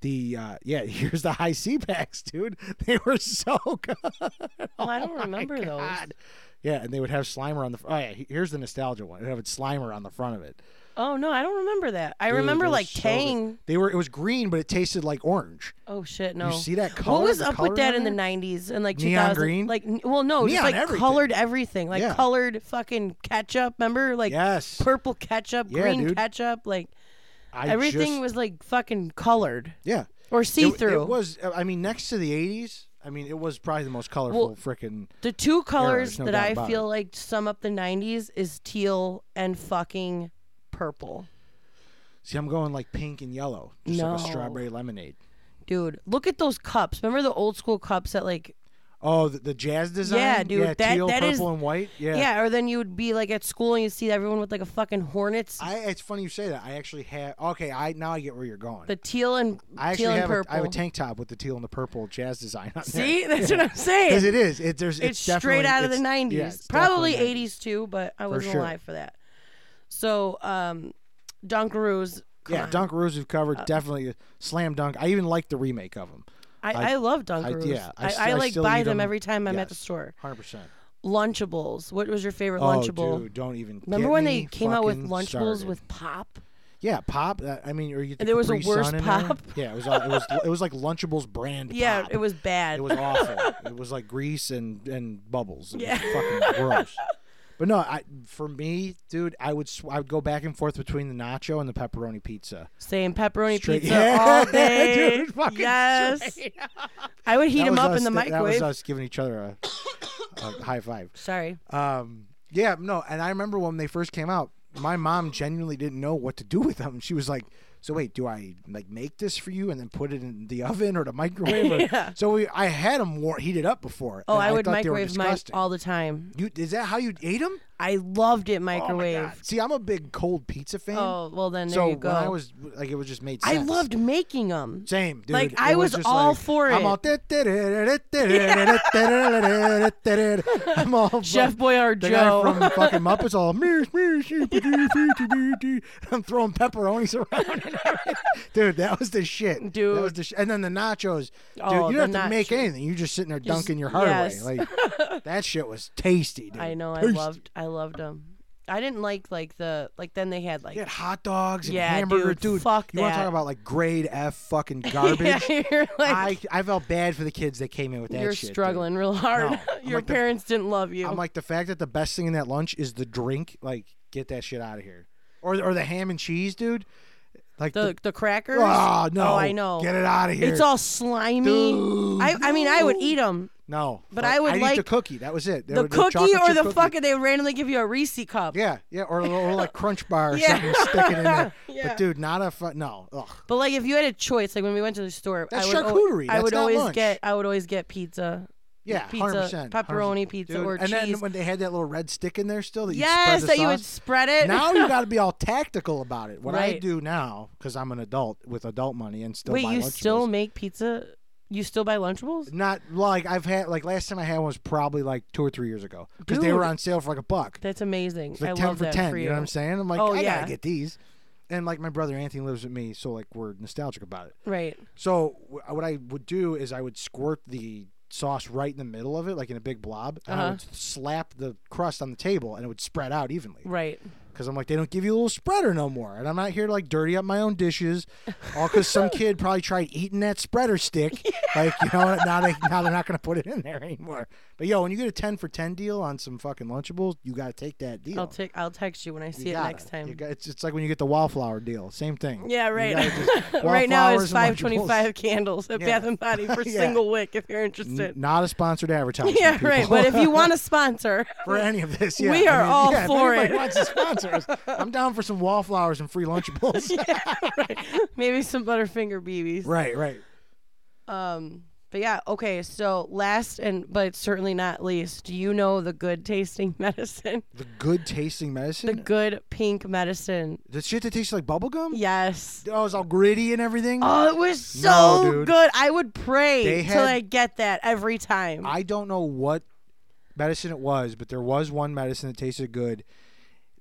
B: the uh, yeah. Here's the high C packs, dude. They were so good.
A: well, Oh, I don't remember those.
B: oh God. Yeah, and they would have Slimer on the. Oh yeah, he- here's the nostalgia one. It would have Slimer on the front of it.
A: Oh no, I don't remember that. I
B: Dude,
A: remember
B: they were
A: like
B: so good.
A: Tang.
B: They were. It was green, but it tasted like orange.
A: Oh shit, no.
B: You see that color?
A: what was
B: the
A: up
B: color
A: with that
B: on
A: in the
B: there?
A: '90s and like
B: Neon
A: 2000?
B: green?
A: Like, n- well, no, just
B: Neon
A: like
B: everything.
A: colored everything, like
B: Yeah.
A: colored fucking ketchup. Remember, like
B: Yes,
A: purple ketchup,
B: Yeah,
A: green
B: dude.
A: ketchup, like
B: I
A: everything
B: just-
A: was like fucking colored
B: yeah,
A: or
B: It-
A: see
B: It
A: through.
B: was. I mean, next to the '80s, I mean, it was probably the most colorful
A: Well,
B: frickin'
A: The two colors
B: there's no
A: that
B: doubt
A: I
B: about
A: feel like sum up the '90s is teal and fucking purple.
B: See, I'm going like pink and yellow, just like a
A: No.
B: strawberry lemonade.
A: Dude, look at those cups. Remember the old school cups that like
B: Oh, the, the jazz design.
A: dude,
B: Yeah,
A: that-
B: teal,
A: that is-
B: purple, and white.
A: yeah. or then you would be like at school and you would see everyone with like a fucking hornets.
B: I, it's funny you say that. I actually have. Okay, I now I get where you're going.
A: the teal and
B: I actually
A: teal and
B: have a,
A: purple.
B: I have a tank top with the teal and the purple jazz design. On there.
A: See? That's what I'm
B: Because
A: saying.
B: it is. It, there's,
A: it's
B: it's,
A: straight
B: definitely-
A: out of the
B: it's-
A: 90s.
B: yeah, it's
A: Probably
B: definitely
A: 80s too, but I wasn't
B: sure.
A: alive for that. So, um Dunkaroos. come
B: Yeah,
A: on.
B: Dunkaroos we've covered
A: Uh,
B: definitely slam dunk. I even like the remake of them.
A: I, I,
B: I-
A: love Dunkaroos. I,
B: yeah, I
A: I,
B: st- I
A: like
B: still
A: buy
B: eat
A: them
B: 'em.
A: every time I'm at the
B: Yes.
A: store.
B: Hundred percent.
A: Lunchables. What was your favorite
B: Oh,
A: Lunchable?
B: dude, don't even.
A: Remember
B: get
A: when
B: me
A: they came out with
B: fucking
A: Lunchables
B: started.
A: with pop?
B: yeah pop? uh, I mean, or you get the
A: And there was a
B: Capri
A: worse
B: Sun in there.
A: pop.
B: Yeah, it was all, it was it was like Lunchables brand.
A: Yeah,
B: pop.
A: it was bad.
B: It was awful. it was like grease and and bubbles. It
A: Yeah.
B: was fucking gross. But no, I for me, dude, I would sw- I would go back and forth between the nacho and the pepperoni pizza.
A: Saying pepperoni
B: Straight-
A: pizza
B: Yeah,
A: all day.
B: dude, fucking
A: yes. I would heat
B: That
A: them
B: was
A: up
B: us-
A: in the
B: that-
A: microwave.
B: That was us giving each other a, a high five.
A: Sorry.
B: Um, yeah, no, and I remember when they first came out, my mom genuinely didn't know what to do with them. She was like, "So wait, do I like make this for you and then put it in the oven or the microwave?" Or-
A: Yeah.
B: So we, I had them war- heated up before.
A: Oh,
B: and
A: I, would
B: thought they were
A: microwave mine
B: disgusting.
A: all the time.
B: You is that how you ate them?
A: I loved it microwave.
B: Oh my God. See, I'm a big cold pizza fan.
A: Oh, well then there
B: so
A: you go.
B: when I was like, it was just made.
A: I
B: sense.
A: loved making them.
B: Same, dude.
A: Like,
B: It
A: I was
B: just
A: all
B: like,
A: for
B: I'm
A: it.
B: all, I'm all
A: Chef Boyard
B: The guy
A: Joe.
B: from fucking Muppets all "Meow, meow, sheep, doo, doo, doo, doo, doo." I'm throwing pepperonis around and everything. Dude, that was the shit. That was
A: Dude.
B: the sh- and then the nachos. Dude,
A: Oh,
B: you
A: the
B: don't have to make
A: nachos.
B: anything. You're just sitting there dunking your heart
A: yes.
B: away. Like that shit was tasty, dude.
A: I know. I
B: Tasty.
A: loved. I loved them. I didn't like like the like. Then they had like
B: You had hot dogs and
A: Yeah,
B: hamburger,
A: dude, fuck
B: you want to
A: that.
B: talk about like grade F fucking
A: Yeah,
B: garbage?
A: you're like
B: I I felt bad for the kids that came in with that
A: you're
B: shit. dude.
A: struggling real hard.
B: No, I'm
A: Your
B: like the-
A: parents didn't love you.
B: I'm like the fact that the best thing in that lunch is the drink. Like, get that shit out of here, or or the ham and cheese, dude. Like
A: The the crackers.
B: Ah, no.
A: Oh, I know.
B: Get it out of here.
A: It's all slimy.
B: Dude,
A: I, I mean, I would
B: no.
A: eat them.
B: No.
A: But I would
B: I'd eat the
A: like-
B: cookie. That was it. They
A: The
B: were
A: cookie
B: chocolate
A: or
B: chip
A: the
B: cookie.
A: fucking they would randomly give you a Reese cup.
B: Yeah, yeah, or, or like Crunch Bar or
A: Yeah.
B: something sticking in there.
A: Yeah.
B: But dude, not a fu- no. Ugh.
A: But like, if you had a choice, like when we went to the store,
B: That's
A: I would, al-
B: charcuterie.
A: I
B: That's
A: would
B: not
A: always
B: lunch.
A: get I would always get pizza.
B: Yeah,
A: pizza,
B: 100%,
A: pepperoni pizza
B: Dude,
A: or
B: and then
A: cheese.
B: when they had that little red stick in there still that you
A: yes,
B: spread the
A: that you would
B: sauce.
A: spread it.
B: now you got to be all tactical about it. What I
A: Right.
B: do now, because I'm an adult with adult money and still
A: Wait,
B: buy
A: you still
B: Lunchables,
A: make pizza? You still buy Lunchables?
B: not like I've had like last time I had one was probably like two or three years ago because they
A: Dude.
B: were on sale for like a buck.
A: That's amazing.
B: It's like
A: I
B: ten
A: love
B: for
A: that
B: ten.
A: for
B: you.
A: you.
B: know what I'm saying? I'm like,
A: Oh,
B: I
A: yeah.
B: gotta get these. And like my brother Anthony lives with me, so like we're nostalgic about it.
A: Right.
B: So wh- what I would do is I would squirt the sauce right in the middle of it, like in a big blob, and I
A: Uh-huh.
B: would slap the crust on the table, and it would spread out evenly.
A: Right.
B: Because I'm like, they don't give you a little spreader no more, and I'm not here to like dirty up my own dishes, all because some kid probably tried eating that spreader stick. Like you know, now they now they're not gonna put it in there anymore. But yo, when you get a ten for ten deal on some fucking Lunchables, you gotta take that deal.
A: I'll take. I'll text you when I
B: You
A: see it
B: gotta.
A: next time.
B: You got- it's, it's like when you get the wallflower deal, same thing.
A: yeah.
B: You
A: Right.
B: gotta just-
A: right now it's
B: wallflowers and
A: five twenty-five candles at
B: Yeah.
A: Bath and Body for
B: Yeah.
A: single wick. If you're
B: Lunchables. N-
A: interested.
B: Not a sponsored advertisement.
A: yeah. Right.
B: people.
A: But if you want a sponsor,
B: for any of this, yeah,
A: We are all
B: yeah,
A: for
B: if anybody
A: it.
B: Wants to sponsor us, I'm down for some wallflowers and free Lunchables.
A: maybe some Butterfinger BBs.
B: Right, right.
A: Um, but yeah, okay. So last and but certainly not least, do you know the good tasting medicine?
B: The good tasting
A: The
B: medicine. The,
A: good pink medicine.
B: shit that tastes like bubblegum.
A: Yes.
B: Oh, it's all gritty and everything.
A: Oh, it was
B: No,
A: so
B: dude.
A: good. I would pray
B: They
A: till
B: had-
A: I get that every time.
B: I don't know what medicine it was, but there was one medicine that tasted good.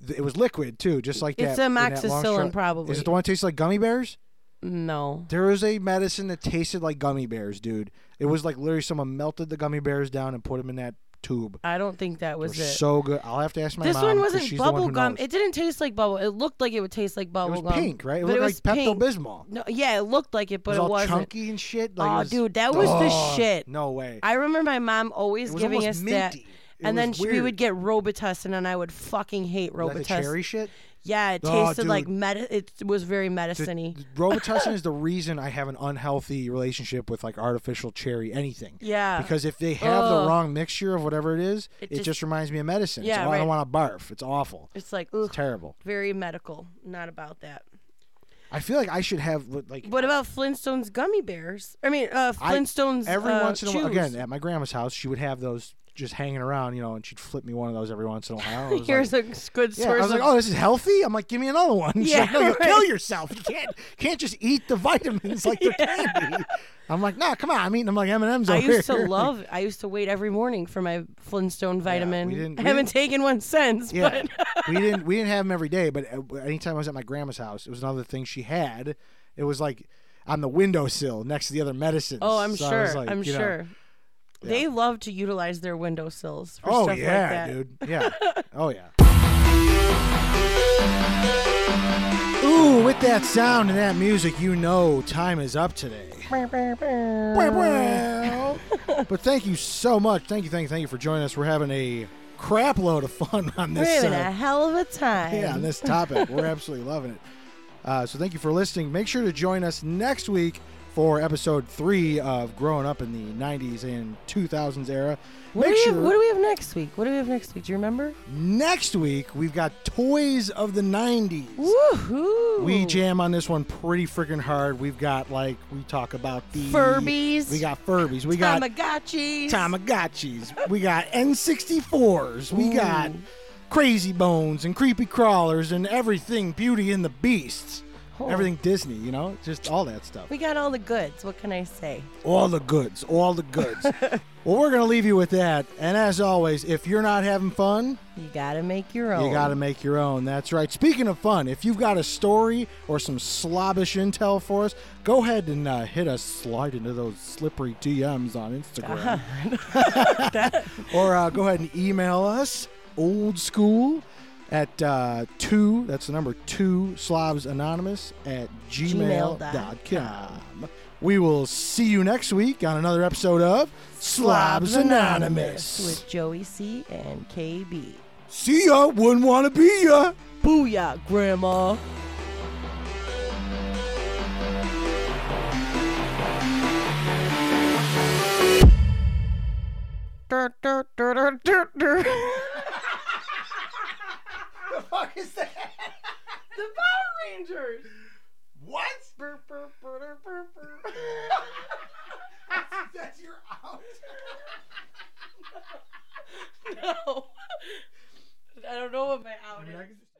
B: Th- It was liquid too, just like
A: It's
B: that. in that long
A: amoxicillin,
B: shot.
A: probably.
B: Is it the one that tastes like gummy bears?
A: no.
B: There was a medicine that tasted like gummy bears, dude. It was like literally someone melted the gummy bears down and put them in that tube.
A: I don't think that
B: They
A: was
B: were
A: it.
B: so good. I'll have to ask my
A: this
B: mom.
A: one
B: 'cause
A: wasn't
B: she's the one
A: bubble
B: who
A: gum.
B: knows.
A: It didn't taste like bubble. It looked like it would taste like
B: It
A: bubble
B: was
A: gum.
B: pink, right? It
A: but
B: looked
A: it was
B: like
A: pink.
B: Pepto-Bismol.
A: No, yeah, it looked like it, but
B: was
A: it,
B: all
A: wasn't.
B: chunky and shit. Like, it
A: Aw,
B: was-
A: dude, that was the
B: Ugh,
A: shit.
B: No way.
A: I remember my mom
B: It
A: always
B: was
A: giving us
B: almost
A: that.
B: minty. It
A: And then
B: was
A: sh- we
B: weird.
A: would get Robitussin, and I would fucking hate
B: Is that the
A: Robitussin.
B: cherry shit.
A: Yeah, it
B: Oh,
A: tasted like
B: dude.
A: medi- It was very
B: The-
A: medicine-y.
B: the Robitussin is the reason I have an unhealthy relationship with like artificial cherry anything.
A: yeah,
B: Because if they have the
A: Ugh.
B: wrong mixture of whatever it is, it,
A: It
B: just,
A: just-
B: reminds me of medicine.
A: Yeah,
B: so I
A: right.
B: don't want to barf. It's awful.
A: it's like
B: It's
A: ugh,
B: terrible.
A: very medical. Not about that.
B: I feel like I should have like
A: What about Flintstones gummy bears? I mean, uh,
B: I-
A: Flintstones.
B: every
A: uh,
B: once in a while.
A: chews.
B: Again, at my grandma's house, she would have those just hanging around, you know, and she'd flip me one of those every once in a while. I was like,
A: Here's a s- good
B: yeah, I
A: source.
B: was like,
A: of-
B: oh, this is healthy. I'm like, give me another one. She's
A: Yeah,
B: like, no, you'll
A: right.
B: kill yourself. You can't can't just eat the vitamins like they're candy. I'm like, nah, come on. I'm eating. I'm like M and M's.
A: I used to love. I used to wait every morning for my Flintstone vitamin.
B: didn't-
A: I
B: we
A: haven't taken one since.
B: Yeah,
A: But
B: we didn't we didn't have them every day, but uh, anytime I was at my grandma's house, it was another thing she had. It was like on the windowsill next to the other medicines.
A: oh, I'm
B: So I was
A: sure.
B: like,
A: I'm
B: you know,
A: sure. They love to utilize their windowsills for
B: Oh
A: stuff
B: yeah,
A: like that.
B: dude. Yeah. Oh yeah. Ooh, with that sound and that music, you know time is up today. but thank you so much. Thank you, thank you, thank you for joining us. We're having a crap load of fun on
A: We're
B: this
A: having
B: uh,
A: a hell of a time.
B: yeah, on this topic. We're absolutely loving it. Uh, so thank you for listening. Make sure to join us next week for episode three of Growing Up in the 90s and 2000s era.
A: What do,
B: Make
A: we
B: sure
A: have, what do we have next week? What do we have next week? Do you remember?
B: next week we've got Toys of the 90s.
A: Woohoo!
B: We jam on this one pretty freaking hard. We've got like we talk about the
A: Furbies.
B: We got Furbies. We got
A: Tamagotchis.
B: Tamagotchis. We got N64s. We got Crazy Bones and Creepy Crawlers and everything Beauty and the Beasts.
A: Oh.
B: Everything Disney, you know? Just all that stuff.
A: we got all the goods. What can I say?
B: All the goods. All the goods. well, we're going to leave you with that. And as always, if you're not having fun,
A: You gotta make your own.
B: you got to make your own. That's right. Speaking of fun, if you've got a story or some slobbish intel for us, go ahead and uh, hit us, slide into those slippery DMs on Instagram. Uh-huh. or uh, go ahead and email us, old school at uh, two, that's the number two, slobs anonymous at
A: Gmail dot
B: gmail.com. com. We will see you next week on another episode of Slobs Anonymous.
A: with Joey C and KB.
B: See ya, wouldn't want to be ya.
A: Booyah, Grandma.
B: What? That's your out.
A: no. I don't know what my
B: I
A: out
B: mean, I
A: is.
B: can-